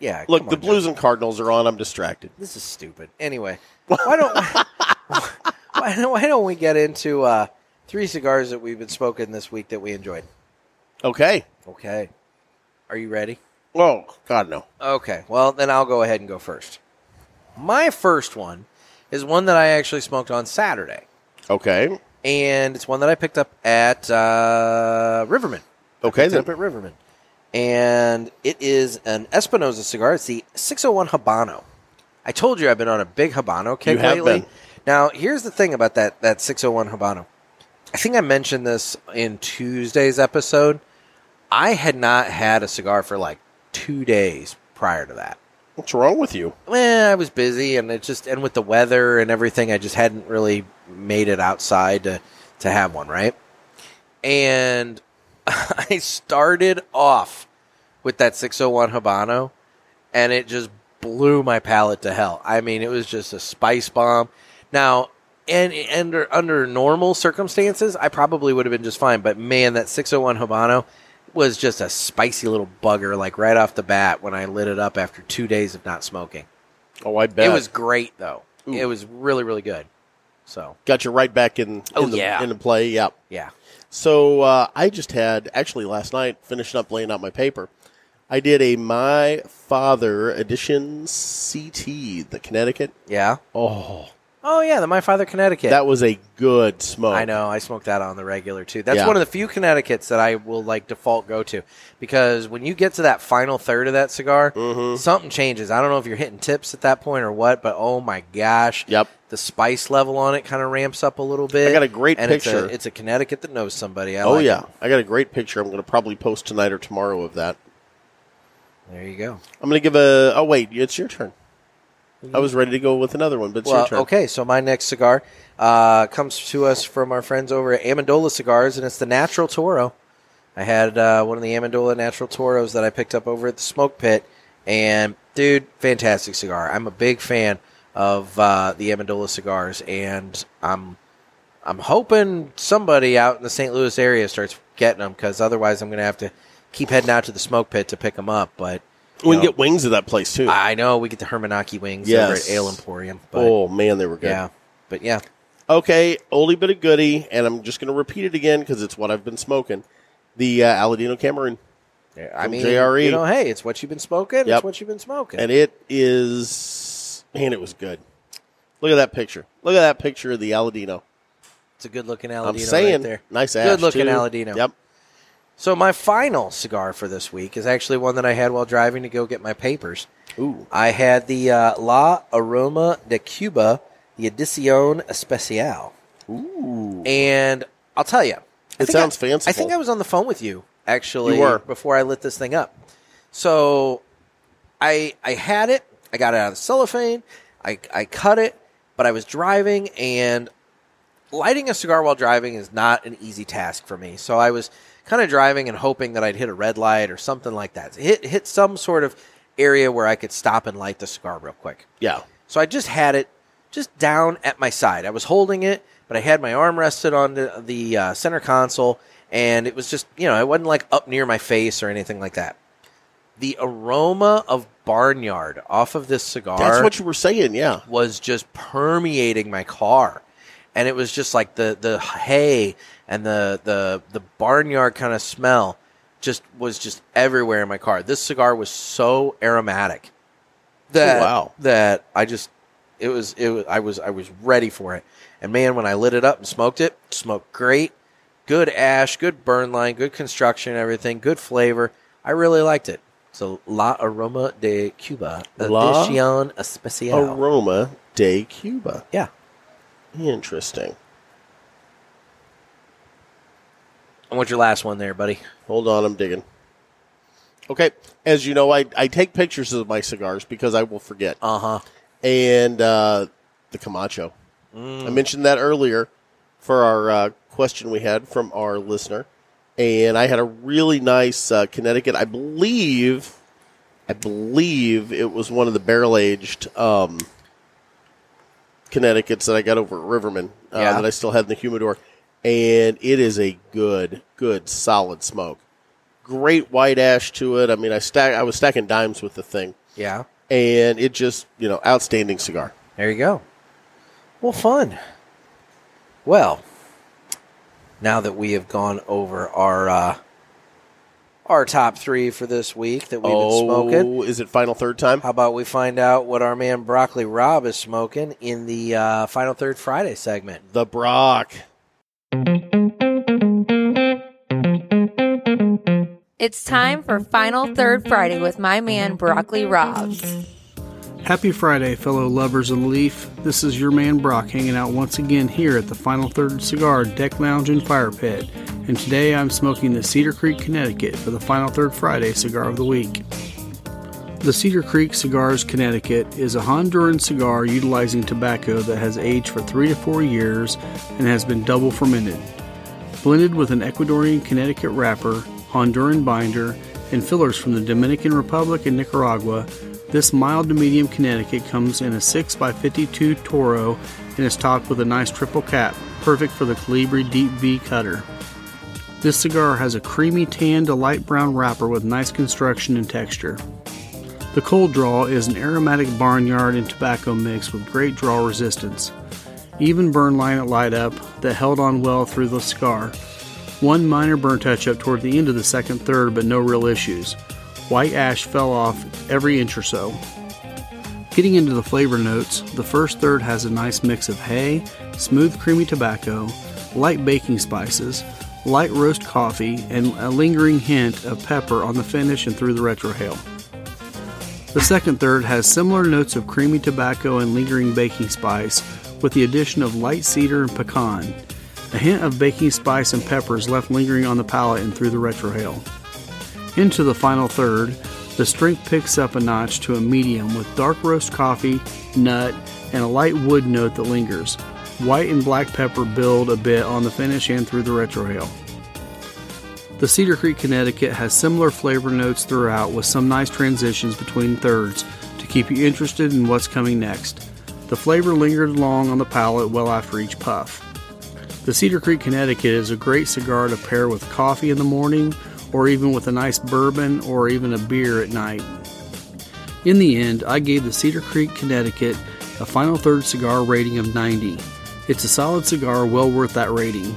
yeah.
look,
come
the
on,
Blues
Jeff.
and Cardinals are on. I'm distracted.
This is stupid. Anyway, why don't [laughs] why don't why don't we get into uh, three cigars that we've been smoking this week that we enjoyed?
Okay.
Okay, are you ready?
Oh God, no.
Okay, well then I'll go ahead and go first. My first one is one that I actually smoked on Saturday.
Okay.
and it's one that I picked up at uh, Riverman.
Okay
Picked it
then.
up at Riverman, and it is an Espinosa cigar. It's the 601 Habano. I told you I've been on a big Habano kick
You have
lately.
been.
Now, here's the thing about that that 601 Habano. I think I mentioned this in Tuesday's episode. I had not had a cigar for like two days prior to that
What's wrong with you?
well, eh, I was busy, and it just and with the weather and everything, I just hadn't really made it outside to to have one, right? And [laughs] I started off with that 601 Habano, oh and it just blew my palate to hell. I mean, it was just a spice bomb. Now, and, and under under normal circumstances, I probably would have been just fine. But man, that 601 Habano was just a spicy little bugger, like right off the bat when I lit it up after two days of not smoking.
Oh, I bet
It was great though.
Ooh.
It was really really good. So
got you right back in. in
Oh,
the,
yeah.
in the play. Yeah.
yeah,
So uh, I just had actually last night finishing up laying out my paper. I did a My Father Edition CT, the Connecticut.
yeah.
Oh,
Oh yeah, the My Father Connecticut.
that was a good smoke.
I know. I smoke that on the regular too. That's
Yeah.
one of the few Connecticut's that I will like default go to because when you get to that final third of that cigar,
Mm-hmm.
something changes. I don't know if you're hitting tips at that point or what, but oh my gosh.
Yep.
The spice level on it kind of ramps up a little bit.
I got a great
and it's a-
picture.
It's a, Connecticut that knows somebody. I
Oh
like it.
yeah, I got a great picture. I'm going to probably post tonight or tomorrow of that.
There you go.
I'm going to give a. Oh wait, it's your turn. I was ready to go with another one, but it's your
well,
turn.
okay. So my next cigar uh, comes to us from our friends over at Amendola Cigars, and it's the Natural Toro. I had uh, one of the Amendola Natural Toros that I picked up over at the Smoke Pit, and dude, fantastic cigar. I'm a big fan of uh, the Amendola cigars, and I'm I'm hoping somebody out in the St. Louis area starts getting them because otherwise I'm going to have to keep heading out to the Smoke Pit to pick them up. But
We
No.
can get wings of that place too.
I know we get the Hermanaki wings over
Yes.
at Ale Emporium. But
oh man, they were good.
yeah, but yeah.
Okay, oldie but a goodie, and I'm just going to repeat it again because it's what I've been smoking. The uh, Aladino Cameroon,
I
From
mean,
JRE.
you know, hey, it's what you've been smoking.
E. Yep.
It's what you've been smoking.
and it is man, it was good. Look at that picture. Look at that picture of the Aladino.
it's a good looking
I'm
Aladino
saying,
right there.
nice ash.
Good looking
too.
Aladino.
Yep.
So my final cigar for this week is actually one that I had while driving to go get my papers.
Ooh.
I had the uh, La Aroma de Cuba, the Edición Especial,
Ooh.
and I'll tell you,
It sounds fanciful.
I think I was on the phone with you actually
You were.
before I lit this thing up. So I I had it. I got it out of the cellophane. I I cut it, but I was driving and lighting a cigar while driving is not an easy task for me. So I was kind of driving and hoping that I'd hit a red light or something like that. Hit hit some sort of area where I could stop and light the cigar real quick.
Yeah.
So I just had it just down at my side. I was holding it, but I had my arm rested on the, the uh, center console, and it was just, you know, it wasn't like up near my face or anything like that. The aroma of barnyard off of this cigar
That's what you were saying. Yeah.
was just permeating my car. And it was just like the, the hay and the, the, the barnyard kind of smell just was just everywhere in my car. This cigar was so aromatic
Oh,
that,
wow.
that I just, it was, it was, I was, I was ready for it. And man, when I lit it up and smoked it, smoked great, good ash, good burn line, good construction, everything, good flavor. I really liked it. So La Aroma de Cuba,
La
Edición Especial.
Aroma de Cuba.
Yeah.
Interesting.
I want your last one there, buddy.
Hold on, I'm digging. Okay, as you know, I, I take pictures of my cigars because I will forget.
Uh huh.
And uh, the Camacho. I mentioned that earlier for our uh, question we had from our listener. And I had a really nice uh, Connecticut. I believe, I believe it was one of the barrel aged um, Connecticut's that I got over at Riverman uh,
Yeah.
that I still had in the humidor. And it is a good, good, solid smoke. Great white ash to it. I mean, I stack. I was stacking dimes with the thing,
Yeah.
and it just, you know, outstanding cigar.
There you go. Well, fun. Well, now that we have gone over our uh, our top three for this week that we've
Oh.
been smoking,
is it final third time?
how about we find out what our man Broccoli Rob is smoking in the uh, Final Third Friday segment?
The Brock.
It's time for Final Third Friday with my man Broccoli Robs.
Happy Friday, fellow lovers of the leaf. This is your man Brock hanging out once again here at the Final Third Cigar Deck Lounge and Fire Pit. And today I'm smoking the Cedar Creek, Connecticut for the Final Third Friday cigar of the week. The Cedar Creek Cigars Connecticut is a Honduran cigar utilizing tobacco that has aged for three to four years and has been double fermented. Blended with an Ecuadorian Connecticut wrapper, Honduran binder, and fillers from the Dominican Republic and Nicaragua, This mild to medium Connecticut comes in a 6x52 Toro and is topped with a nice triple cap, perfect for the Calibri Deep V cutter. This cigar has a creamy tan to light brown wrapper with nice construction and texture. The Cold Draw is an aromatic barnyard and tobacco mix with great draw resistance. Even burn line at light up that held on well through the cigar. One minor burn touch up toward the end of the second third, but no real issues. White ash fell off every inch or so. Getting into the flavor notes, the first third has a nice mix of hay, smooth creamy tobacco, light baking spices, light roast coffee, and a lingering hint of pepper on the finish and through the retrohale. The second third has similar notes of creamy tobacco and lingering baking spice, with the addition of light cedar and pecan. A hint of baking spice and pepper is left lingering on the palate and through the retrohale. Into the final third, the strength picks up a notch to a medium with dark roast coffee, nut, and a light wood note that lingers. White and black pepper build a bit on the finish and through the retrohale. The Cedar Creek, Connecticut has similar flavor notes throughout with some nice transitions between thirds to keep you interested in what's coming next. The flavor lingered long on the palate well after each puff. The Cedar Creek, Connecticut is a great cigar to pair with coffee in the morning or even with a nice bourbon or even a beer at night. In the end, I gave the Cedar Creek, Connecticut a final third cigar rating of 90. It's a solid cigar well worth that rating.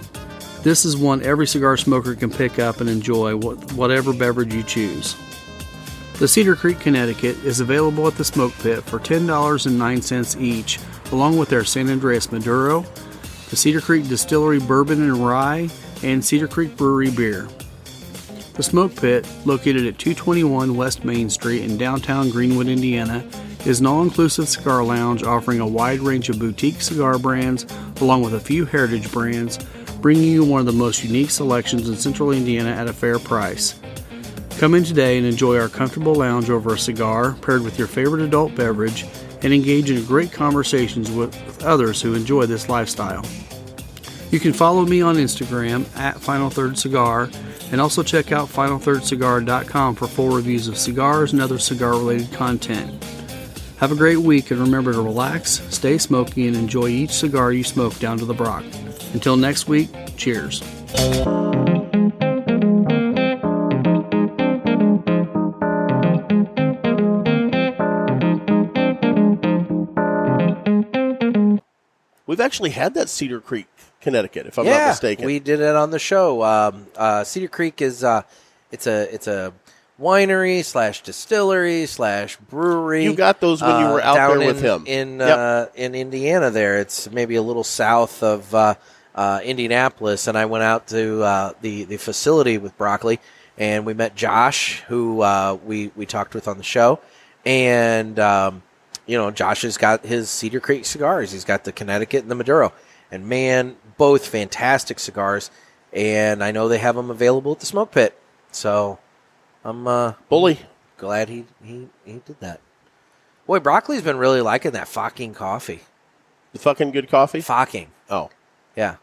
This is one every cigar smoker can pick up and enjoy wh- whatever beverage you choose. The Cedar Creek, Connecticut is available at the Smoke Pit for $10.09 each, along with their San Andreas Maduro, the Cedar Creek Distillery Bourbon and Rye, and Cedar Creek Brewery Beer. The Smoke Pit, located at 221 West Main Street in downtown Greenwood, Indiana, is an all inclusive cigar lounge offering a wide range of boutique cigar brands along with a few heritage brands, bringing you one of the most unique selections in central Indiana at a fair price. Come in today and enjoy our comfortable lounge over a cigar paired with your favorite adult beverage and engage in great conversations with, with others who enjoy this lifestyle. You can follow me on Instagram at Final Third Cigar and also check out FinalThirdCigar.com for full reviews of cigars and other cigar related content. Have a great week and remember to relax, stay smoky, and enjoy each cigar you smoke down to the Brock. Until next week, cheers.
We've actually had that Cedar Creek, Connecticut, if I'm
yeah,
not mistaken.
we did it on the show. Um, uh, Cedar Creek is uh, it's a it's a winery slash distillery slash brewery.
You got those when you were out
uh, down
there with
in-
him.
in
Yep.
uh, in Indiana. There, it's maybe a little south of uh, uh, Indianapolis, and I went out to uh, the the facility with Broccoli, and we met Josh, who uh, we we talked with on the show, and um, you know Josh has got his Cedar Creek cigars. He's got the Connecticut and the Maduro, and man, both fantastic cigars. And I know they have them available at the Smoke Pit, so I'm uh,
Bully.
glad he, he he did that. Boy, broccoli's been really liking that fucking coffee.
The fucking good coffee?
Fucking,
oh.
yeah,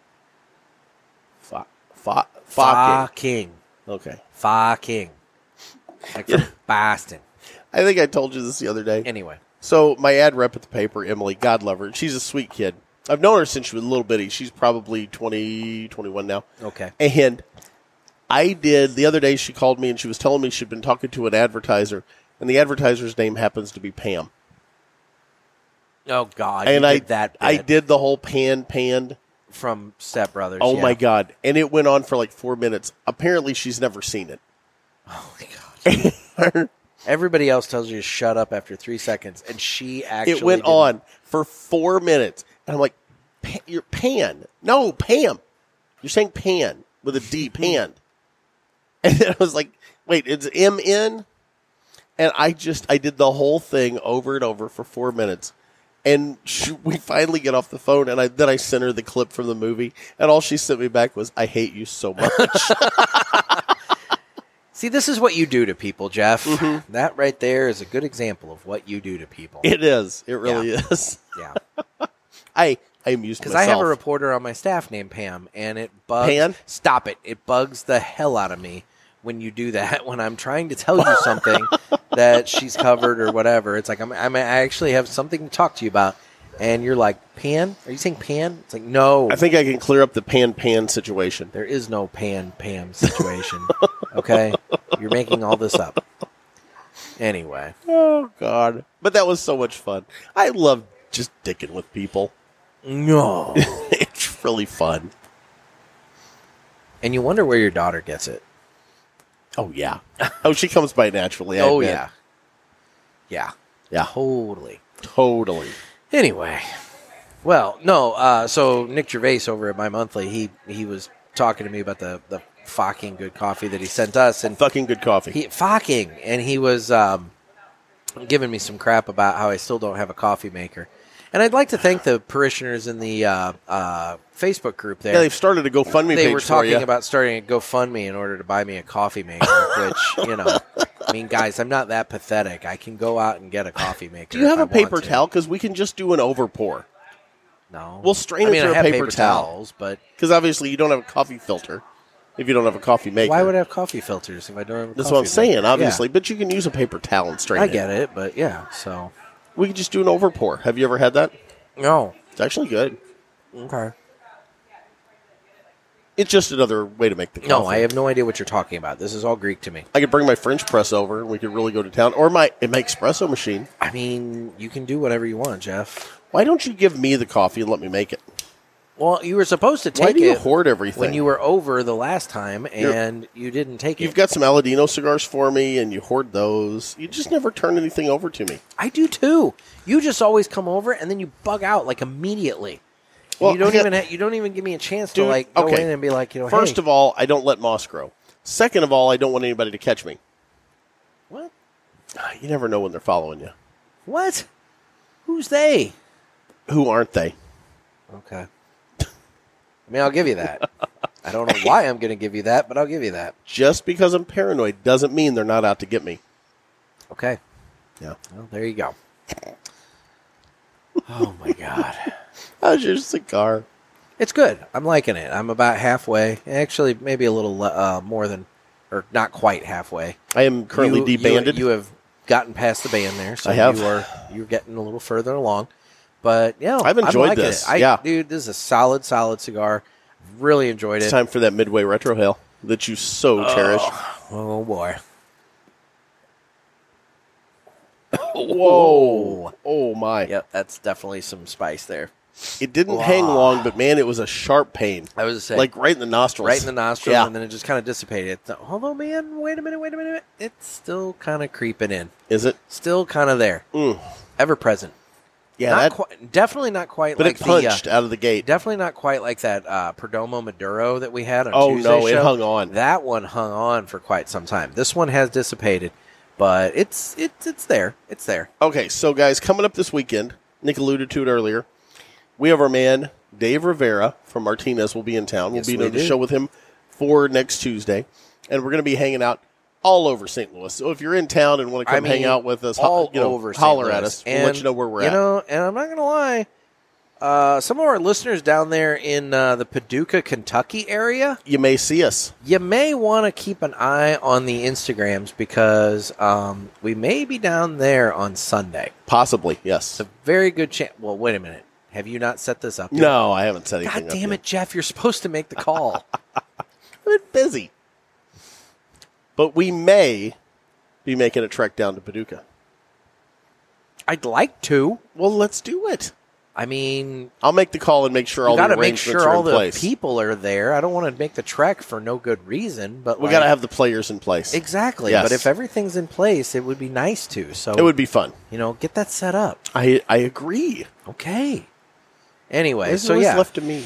Fuck. Fuck. Fucking.
fucking,
Okay.
fucking,
[laughs]
like from Boston.
I think I told you this the other day.
Anyway,
So my ad rep at the paper, Emily, God love her. She's a sweet kid. I've known her since she was a little bitty. She's probably 20, 21 now.
okay,
And I did the other day. She called me and she was telling me she'd been talking to an advertiser, and the advertiser's name happens to be Pam.
oh god,
and
you
I
did that
I
bit
did the whole pan pan.
from Step Brothers.
Oh
yeah.
my god! And it went on for like four minutes. Apparently, she's never seen it.
Oh my god. Everybody else tells you to shut up after three seconds, and she actually
it went
didn't.
on for four minutes, and I'm like, "Pa- "You're Pan? No, Pam. You're saying Pan with a
[laughs]
D, Pan." And then I was like, "Wait, it's M N." And I just I did the whole thing over and over for four minutes, and she, we finally get off the phone, and I then I sent her the clip from the movie, and all she sent me back was, "I hate you so
[laughs]
much."
See, this is what you do to people, Jeff. That right there is a good example of what you do to people.
Mm-hmm. it is. It really is.
yeah.
I I
[laughs]
amused
Because
myself.
I have a reporter on my staff named Pam, and it bugs.
Pam?
Stop it! It bugs the hell out of me when you do that [laughs] when I'm trying to tell you
[laughs]
something that she's covered or whatever. It's like I'm, I'm I actually have something to talk to you about, and you're like pan. Are you saying pan? It's like no.
I think I can clear up the pan pan situation.
There is no pan Pam situation. okay? You're making all this up. Anyway.
Oh God! But that was so much fun. I love just dicking with people. [laughs]
No.
it's really fun.
and you wonder where your daughter gets it.
Oh yeah. Oh, she comes by naturally. I
oh
admit.
yeah. Yeah.
Yeah.
Totally.
Totally.
Anyway. Well, no, uh, so Nick Gervais over at my monthly, he he was talking to me about the the fucking good coffee that he sent us and
Fucking good coffee.
He fucking and he was um, giving me some crap about how I still don't have a coffee maker. And I'd like to thank the parishioners in the uh, uh, Facebook group there.
yeah, they've started a GoFundMe
they
page
were
for you.
talking about starting a GoFundMe in order to buy me a
[laughs]
coffee maker, which you know, I mean, guys, I'm not that pathetic. I can go out and get a coffee maker.
do you have
a
a paper towel? Because we can just do an overpour.
No,
We'll strain
I
it
mean,
through
I
a
have
paper towel.
towels, but
Because obviously you don't have a coffee filter if you don't have a coffee maker.
why would I have coffee filters if I don't have? A
That's
coffee
what I'm saying.
maker?
Obviously, but you can use a paper towel and
Yeah,
strain
I
it.
get it, but yeah, so
We can just do an overpour. Have you ever had that?
no,
It's actually good.
okay.
It's just another way to make the coffee.
No, I have no idea what you're talking about. This is all Greek to me.
I could bring my French press over, and we could really go to town, or my my espresso machine.
I mean, you can do whatever you want, Jeff.
Why don't you give me the coffee and let me make it?
Well, you were supposed to take
Why do you
it
hoard everything?
when you were over the last time, and you didn't take it.
You've got some Aladino cigars for me, and you hoard those. You just never turn anything over to me.
I do too. You just always come over and then you bug out like immediately.
Well,
you don't
I got-
even ha- you don't even give me a chance
Dude,
to like go
okay.
in and be like you know.
First
Oh, hey,
of all, I don't let moss grow. Second of all, I don't want anybody to catch me.
what?
You never know when they're following you.
What? Who's they?
Who aren't they?
Okay. I mean, I'll give
[laughs]
you that. I don't know why I'm going to give you that, but I'll give you that.
Just because I'm paranoid doesn't mean they're not out to get me.
Okay.
Yeah.
Well, there you go. Oh my god.
How's your cigar?
It's good. I'm liking it. I'm about halfway. Actually, maybe a little le- uh, more than, or not quite halfway.
I am currently
you, you-
debanded.
You, have gotten past the band there, so
I have.
you are you're getting a little further along. But yeah,
I've
I'm
enjoyed
liking
this.
It. I,
Yeah.
dude, this is a solid, solid cigar. Really enjoyed
it's
it.
time for that midway retro hail that you so cherish.
Oh boy,
Whoa! Oh my!
yep, that's definitely some spice there.
It didn't hang long, but man, it was a sharp pain.
I was saying,
Like right in the nostrils.
right in the nostril,
Yeah.
and then it just kind of dissipated. It's- Although, man, wait a minute, wait a minute, it's still kind of creeping in,
Is it? Mm.
still kind of there, ever present.
Yeah.
not
that-
quite, definitely not quite.
but
like
it punched
The, uh,
out of the gate.
definitely not quite like that uh, Perdomo Maduro that we had on
Oh,
Tuesday.
no, it
show.
hung on.
That one hung on for quite some time. This one has dissipated, but it's it's it's there. It's there.
Okay, so guys, coming up this weekend, Nick alluded to it earlier. We have our man Dave Rivera from Martinez will be in town. We'll
Yes,
be
we
doing the
do.
show with him for next Tuesday, and we're going to be hanging out all over St. Louis. So if you're in town and want to come hang out with us, ho-
all
you know,
over St.
holler at
Louis.
us. We'll let
And,
you know where we're
you
at.
know, and I'm not gonna lie. Uh, some of our listeners down there in uh, the Paducah, Kentucky area,
you may see us.
you may want to keep an eye on the Instagrams because um, we may be down there on Sunday.
Possibly, yes.
It's a very good chance. Well, wait a minute. Have you not set this up? yet?
No, I haven't said anything.
God
up
damn
yet.
it, Jeff! You're supposed to make
[laughs]
the call.
We're busy. But we may be making a trek down to Paducah.
I'd like to.
Well, let's do it.
I mean,
I'll make the call and make sure all
you got
the
to make
arrangements
sure
are
all
in
the
place.
people are there. I don't want to make the trek for no good reason, but
we
like-
got to have the players in place.
exactly.
Yes.
But if everything's in place, it would be nice to. So
It would be fun.
you know, get that set up.
I I agree.
Okay. Anyway,
This
so
was
yeah,
left to me.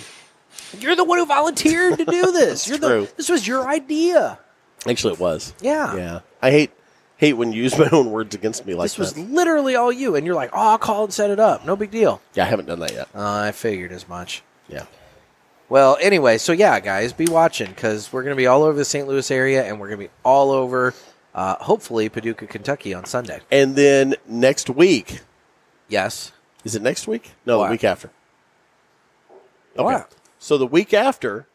you're the one who volunteered to do this. you're
true.
the this was your idea.
Actually, it was.
Yeah.
Yeah. I hate hate when you use [laughs] my own words against me like
This was
that.
literally all you, and you're like, "Oh, I'll call and set it up. No big deal."
Yeah, I haven't done that yet.
Uh, I figured as much.
Yeah.
Well, anyway, so yeah, guys, be watching because we're going to be all over the St. Louis area, and we're going to be all over, uh, hopefully, Paducah, Kentucky on Sunday.
And then next week
Yes.
is it next week? No,
What?
the week after. Okay.
What?
So the week after,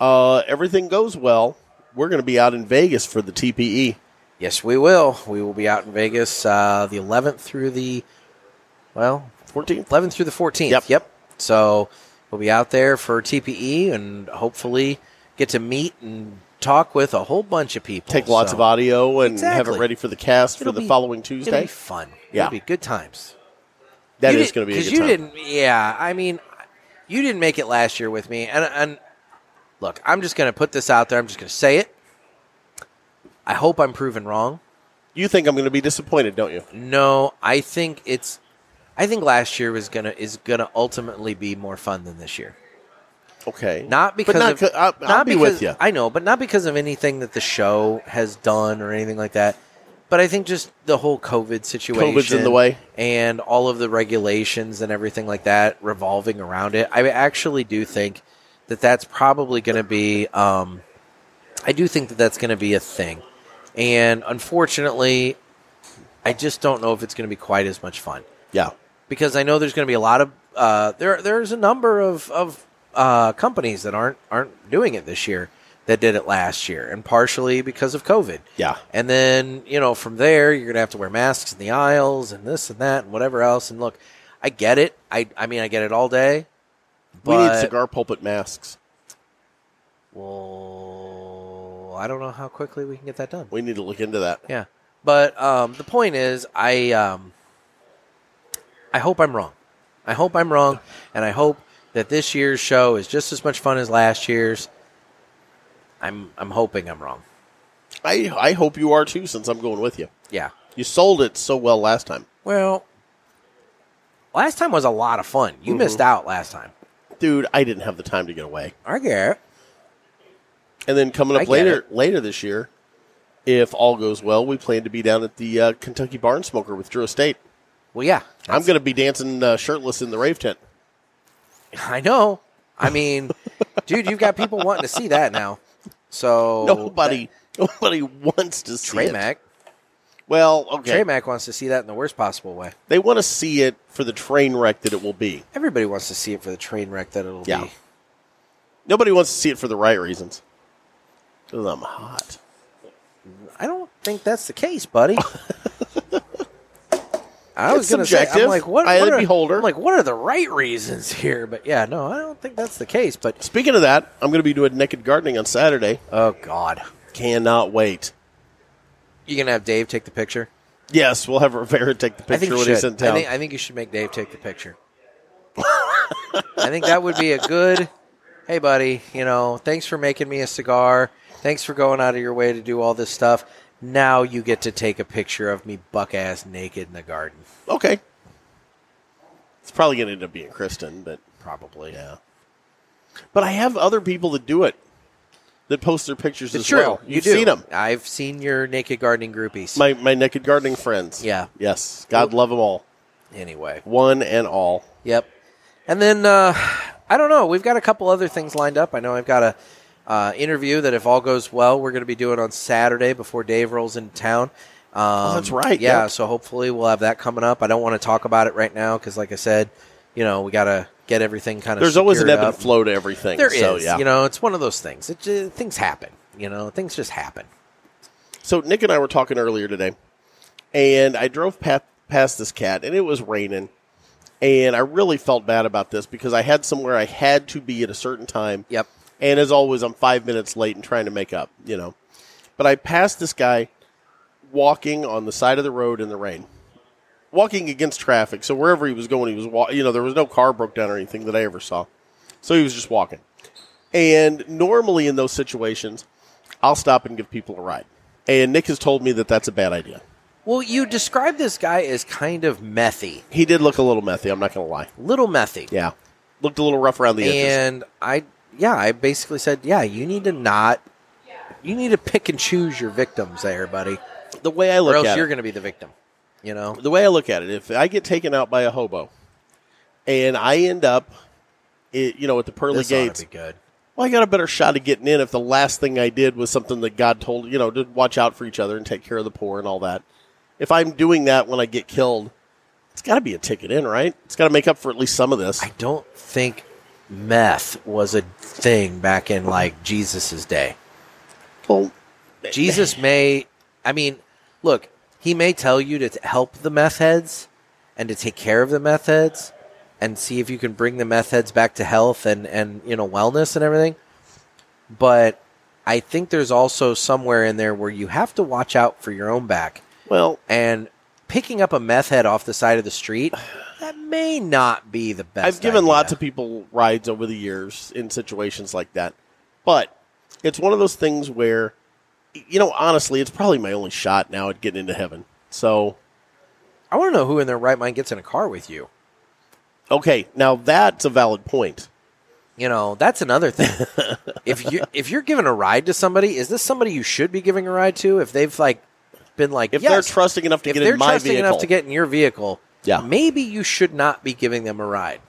uh, everything goes well. we're going to be out in Vegas for the E. TPE.
Yes, we will. We will be out in Vegas uh, the 11th through the, well,
14th?
11th through the 14th.
Yep.
So we'll be out there for TPE and hopefully get to meet and talk with a whole bunch of people.
Take lots
So
of audio and have
Exactly.
it ready for the cast
it'll
for the
be-
following
It'll
Tuesday.
be fun.
Yeah.
It'll be good times.
That
You
is
didn't-
going to be a
'cause
good
you
time.
didn't. Yeah, I mean, you didn't make it last year with me, and and look, I'm just going to put this out there. I'm just going to say it. I hope I'm proven wrong.
You think I'm going to be disappointed, don't you?
No, I think it's. I think last year was gonna is gonna ultimately be more fun than this year.
Okay.
Not because
But not,
of,
co- I'll,
not
I'll be
because-
with you.
I know, but not because of anything that the show has done or anything like that. But I think just the whole COVID situation,
COVID's in the way.
and all of the regulations and everything like that revolving around it. I actually do think that that's probably going to be. Um, I do think that that's going to be a thing, and unfortunately, I just don't know if it's going to be quite as much fun
yeah.
because I know there's going to be a lot of uh, there. There's a number of of uh, companies that aren't aren't doing it this year that did it last year, and partially because of COVID.
Yeah.
And then you know from there you're going to have to wear masks in the aisles and this and that and whatever else. And look, I get it. I I mean I get it all day.
We need
but-
cigar pulpit masks.
Well, I don't know how quickly we can get that done.
We need to look into that.
Yeah. But um, the point is, I um, I hope I'm wrong. I hope I'm wrong, and I hope that this year's show is just as much fun as last year's. I'm I'm hoping I'm wrong.
I I hope you are too, since I'm going with you.
Yeah.
You sold it so well last time,
Well, last time was a lot of fun. You missed out last time.
dude. I didn't have the time to get away.
I get it.
And then coming
I
up
get
later
it.
later this year, if all goes well, we plan to be down at the uh, Kentucky Barn Smoker with Drew Estate.
Well, yeah. [laughs]
I'm going to be dancing uh, shirtless in the rave tent.
I know. I mean, dude, you've got people wanting to see that now. So
nobody nobody wants to see
Trey
it.
Mack,
Well,
Trey
okay,
Mack wants to see that in the worst possible way.
they want to see it for the train wreck that it will be.
Everybody wants to see it for the train wreck that it'll
Yeah.
be.
Nobody wants to see it for the right reasons. 'Cause I'm hot.
I don't think that's the
[laughs]
case, buddy. I was
It's
gonna say, I'm
subjective.
like, what?
Eye of
what
the
are,
beholder.
I'm like, what are the right reasons here? But yeah, no, I don't think that's the case. But
Speaking of that, I'm going to be doing naked gardening on Saturday.
oh god,
Cannot wait.
you gonna have Dave take the picture?
Yes, we'll have Rivera take the
I think
picture
you
when
should.
he's in town.
I think I think you should make Dave take the picture. I think that would be a good. Hey, buddy, you know, thanks for making me a cigar. Thanks for going out of your way to do all this stuff. Now you get to take a picture of me buck ass naked in the garden.
okay. It's probably going to end up being Kristen, but
Probably.
yeah. But I have other people that do it that post their pictures as
It's true.
well.
You
You've
do.
seen them.
I've seen your naked gardening groupies.
My my naked gardening friends.
Yeah.
Yes. God love 'em love them all.
anyway.
One and all.
Yep. And then uh, I don't know. We've got a couple other things lined up. I know I've got a uh, interview that, if all goes well, we're going to be doing on Saturday before Dave rolls into town. Um,
Oh, that's right,
Yeah.
yep.
So hopefully we'll have that coming up. I don't want to talk about it right now because, like I said, you know we got to get everything kind of.
There's always an ebb and flow to everything.
There is.
so, Yeah.
You know, it's one of those things. It ju- things happen. You know, things just happen.
So Nick and I were talking earlier today, and I drove pa- past this cat, and it was raining, and I really felt bad about this because I had somewhere I had to be at a certain time.
Yep.
And as always, I'm five minutes late and trying to make up, you know. But I passed this guy walking on the side of the road in the rain, walking against traffic. So wherever he was going, he was wa- you know there was no car broke down or anything that I ever saw, so he was just walking. And normally in those situations, I'll stop and give people a ride. And Nick has told me that that's a bad idea.
Well, you described this guy as kind of methy,
He did look a little methy. I'm not going to lie.
little methy.
Yeah, looked a little rough around the edges.
and I, yeah, I basically said, yeah, you need to not, you need to pick and choose your victims there, buddy,
The way I
or
look
else
at
you're
it,
going to be the victim. You know,
the way I look at it, if I get taken out by a hobo, and I end up, it, you know, at the pearly
this ought
gates,
to be good.
well, I got a better shot of getting in if the last thing I did was something that God told, you know, to watch out for each other and take care of the poor and all that. If I'm doing that when I get killed, it's got to be a ticket in, right? It's got to make up for at least some of this.
I don't think meth was a thing back in like Jesus's day.
Well,
Jesus may, I mean, look, he may tell you to t- help the meth heads and to take care of the meth heads and see if you can bring the meth heads back to health and, and you know, wellness and everything. But I think there's also somewhere in there where you have to watch out for your own back.
well,
And picking up a meth head off the side of the street, [sighs] that may not be the best.
I've given
idea.
lots of people rides over the years in situations like that, but it's one of those things where, you know, honestly, it's probably my only shot now at getting into heaven. So,
I want to know who in their right mind gets in a car with you.
okay, now that's a valid point.
You know, that's another thing. if
[laughs]
you if you're giving a ride to somebody, is this somebody you should be giving a ride to? If they've like been like,
If
yes,
they're trusting enough to
if
get
they're
in my
trusting
vehicle,
enough to get in your vehicle,
Yeah.
maybe you should not be giving them a ride.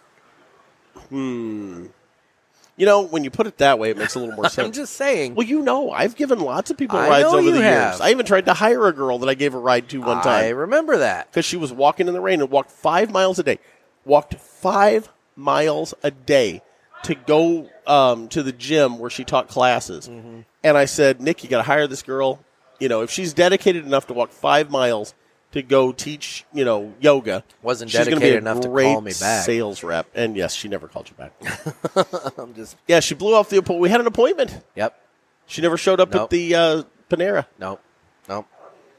you know, when you put it that way, it makes a little more sense.
[laughs] I'm just saying.
Well, you know, I've given lots of people
I
rides
know
over
you
the
have.
years. I even tried to hire a girl that I gave a ride to one
I
time
remember that.
because she was walking in the rain and walked five miles a day. Walked five miles a day to go um, to the gym where she taught classes.
Mm-hmm.
And I said, Nick, you got to hire this girl. You know, if she's dedicated enough to walk five miles to go teach, you know, yoga,
Wasn't
she's gonna
dedicated
be a
enough to
great
call me back.
Sales rep, and yes, she never called you back. [laughs]
I'm just
yeah, she blew off the appointment. We had an appointment.
yep.
She never showed up
Nope.
at the uh, Panera.
Nope. Nope.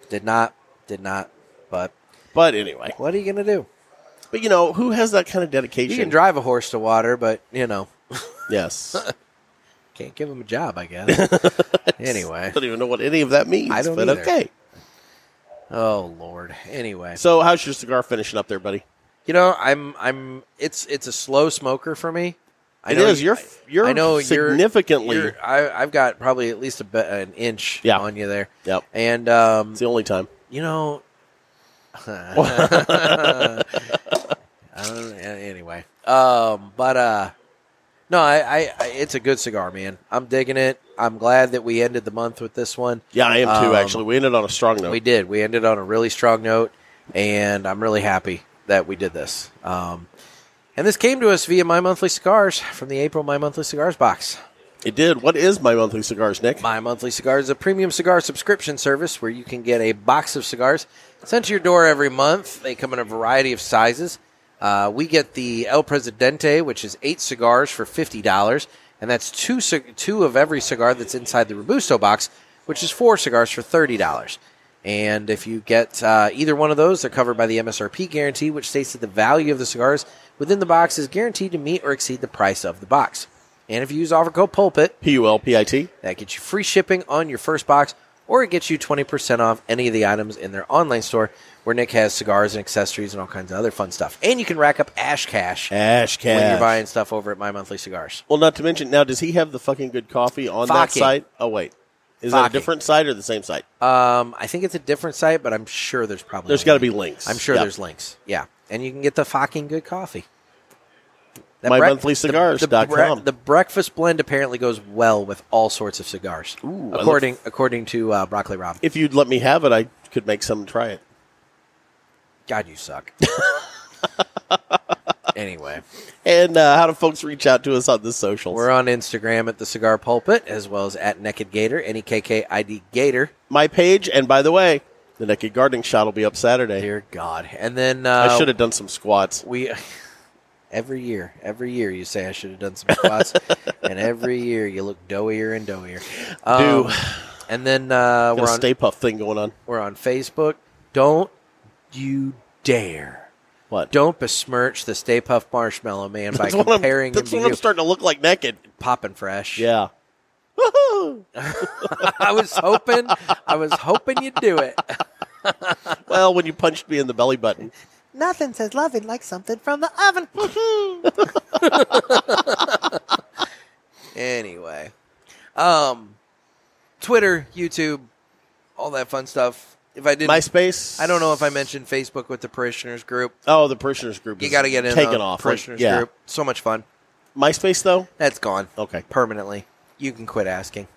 Did not. Did not. But
But anyway,
what are you gonna do?
but you know who has that kind of dedication?
You can drive a horse to water, but you know,
Yes,
can't give him a job.
[laughs]
I guess. anyway.
I don't even know what any of that means.
I don't
But
either.
okay.
Oh Lord. Anyway.
So how's your cigar finishing up there, buddy?
You know, I'm I'm it's it's a slow smoker for me. I
It
know
is. You're- you're
I know you're-
significantly-
you're- I, I've got probably at least a, be- an inch
Yeah.
on you there.
Yep.
And um,
It's the only time. [laughs]
you know, [laughs] I don't, a- anyway, um, but uh, no, I, I, I it's a good cigar, man. I'm digging it. I'm glad that we ended the month with this one.
Yeah, I am too.
Um,
actually, we ended on a strong note.
We did. We ended on a really strong note, and I'm really happy that we did this. Um, and this came to us via My Monthly Cigars from the April My Monthly Cigars box.
It did. What is my monthly cigars, Nick?
My Monthly Cigars is a premium cigar subscription service where you can get a box of cigars sent to your door every month. They come in a variety of sizes. Uh, we get the El Presidente, which is eight cigars for fifty dollars, and that's two cig- two of every cigar that's inside the Robusto box, which is four cigars for thirty dollars. And if you get uh, either one of those, they're covered by the MSRP guarantee, which states that the value of the cigars within the box is guaranteed to meet or exceed the price of the box. And if you use offer code PULPIT,
P U L P I T.
that gets you free shipping on your first box, or it gets you 20% off any of the items in their online store where Nick has cigars and accessories and all kinds of other fun stuff. And you can rack up Ash Cash
Ash cash.
when you're buying stuff over at My Monthly Cigars.
Well, not to mention now, does he have the fucking good coffee on that
Fucking.
site? Oh wait, is that a
Fucking.
different site or the same site?
Um, I think it's a different site, but I'm sure there's probably
There's
a
got to be
link.
links.
I'm sure
Yeah.
there's links. Yeah, and you can get the fucking good coffee. The
My
brec-
monthly cigars
The,
dot com.
the breakfast blend apparently goes well with all sorts of cigars,
Ooh, I
according according to uh, Broccoli Rob.
If you'd let me have it, I could make some and try it.
God, you suck. [laughs] anyway,
And uh, how do folks reach out to us on the socials?
we're on Instagram at the Cigar Pulpit as well as at Naked Gator, N E K K I D Gator.
my page. And by the way, the naked gardening shot will be up Saturday.
Dear God, and then uh,
I should have done some squats.
we [laughs] every year every year you say i should have done some
[laughs]
squats and every year you look doughier and doughier Um,
Do.
and then
Got
uh,
a
we're on
Stay Puff thing going on.
we're on facebook don't you dare
What?
don't besmirch the stay puff marshmallow man
[laughs]
by
that's what I'm,
comparing him
that's
to
what I'm
you
starting to look like naked.
poppin' fresh
Yeah.
[laughs] i was hoping i was hoping you'd do it [laughs]
Well, when you punched me in the belly button.
nothing says loving like something from the oven [laughs] Anyway, um, Twitter, YouTube, all that fun stuff. If I didn't,
MySpace.
I don't know if I mentioned Facebook with the parishioners group.
Oh, the parishioners group.
You
is
got to get in
Taken
the
off. Like,
parishioners
yeah.
group. So much fun.
MySpace though. [laughs]
That's gone
Okay.
permanently. You can
[laughs]
quit asking.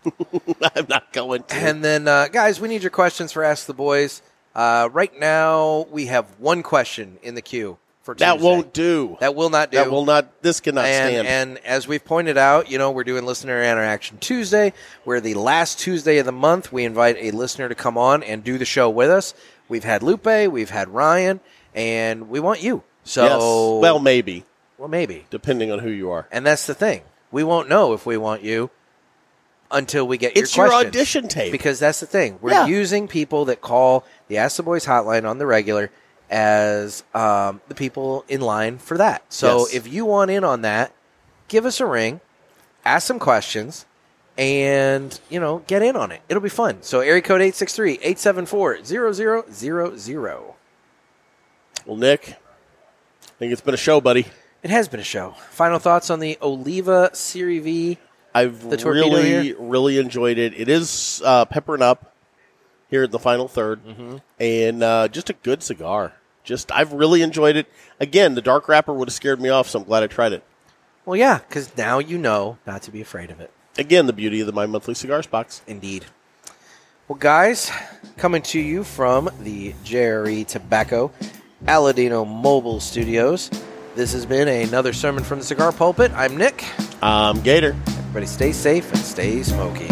I'm not going to.
And then, uh, guys, we need your questions for Ask the Boys. Uh, right now, we have one question in the queue for
That
Tuesday.
won't do.
That will not do.
That will not. This cannot
and,
stand.
and as we've pointed out, you know, we're doing listener interaction Tuesday, where the last Tuesday of the month we invite a listener to come on and do the show with us. We've had Lupe, we've had Ryan, and we want you. So
yes. Well, maybe
well, maybe.
depending on who you are.
And that's the thing. We won't know if we want you until we get
It's
your
your
questions.
audition tape.
Because that's the thing. We're
Yeah.
using people that call the Ask the Boys hotline on the regular as um, the people in line for that. So
Yes.
if you want in on that, give us a ring, ask some questions, and, you know, get in on it. It'll be fun. So area code 863-874-0000.
Well, Nick, I think it's been a show, buddy.
It has been a show. Final thoughts on the Oliva Serie V
I've
The torpedo
really,
here?
really enjoyed it. It is uh, peppering up here at the final 3rd
Mm-hmm.
and uh, just a good cigar. Just I've really enjoyed it. Again, the dark wrapper would have scared me off, so I'm glad I tried it.
Well, yeah, because now you know not to be afraid of it.
Again, the beauty of the my monthly cigars box.
Indeed. Well, guys, coming to you from the Jerry Tobacco Aladino Mobile Studios. This has been another sermon from the cigar pulpit. I'm Nick.
Um, Gator.
Everybody stay safe and stay smoky.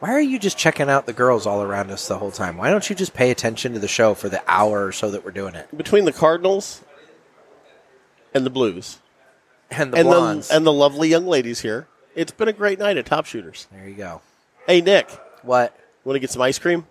Why are you just checking out the girls all around us the whole time? Why don't you just pay attention to the show for the hour or so that we're doing it?
Between the Cardinals and the Blues
And the
and
blondes.
the and the lovely young ladies here, it's been a great night at Top Shooters.
there you go.
Hey, Nick,
What?
want to get some ice cream?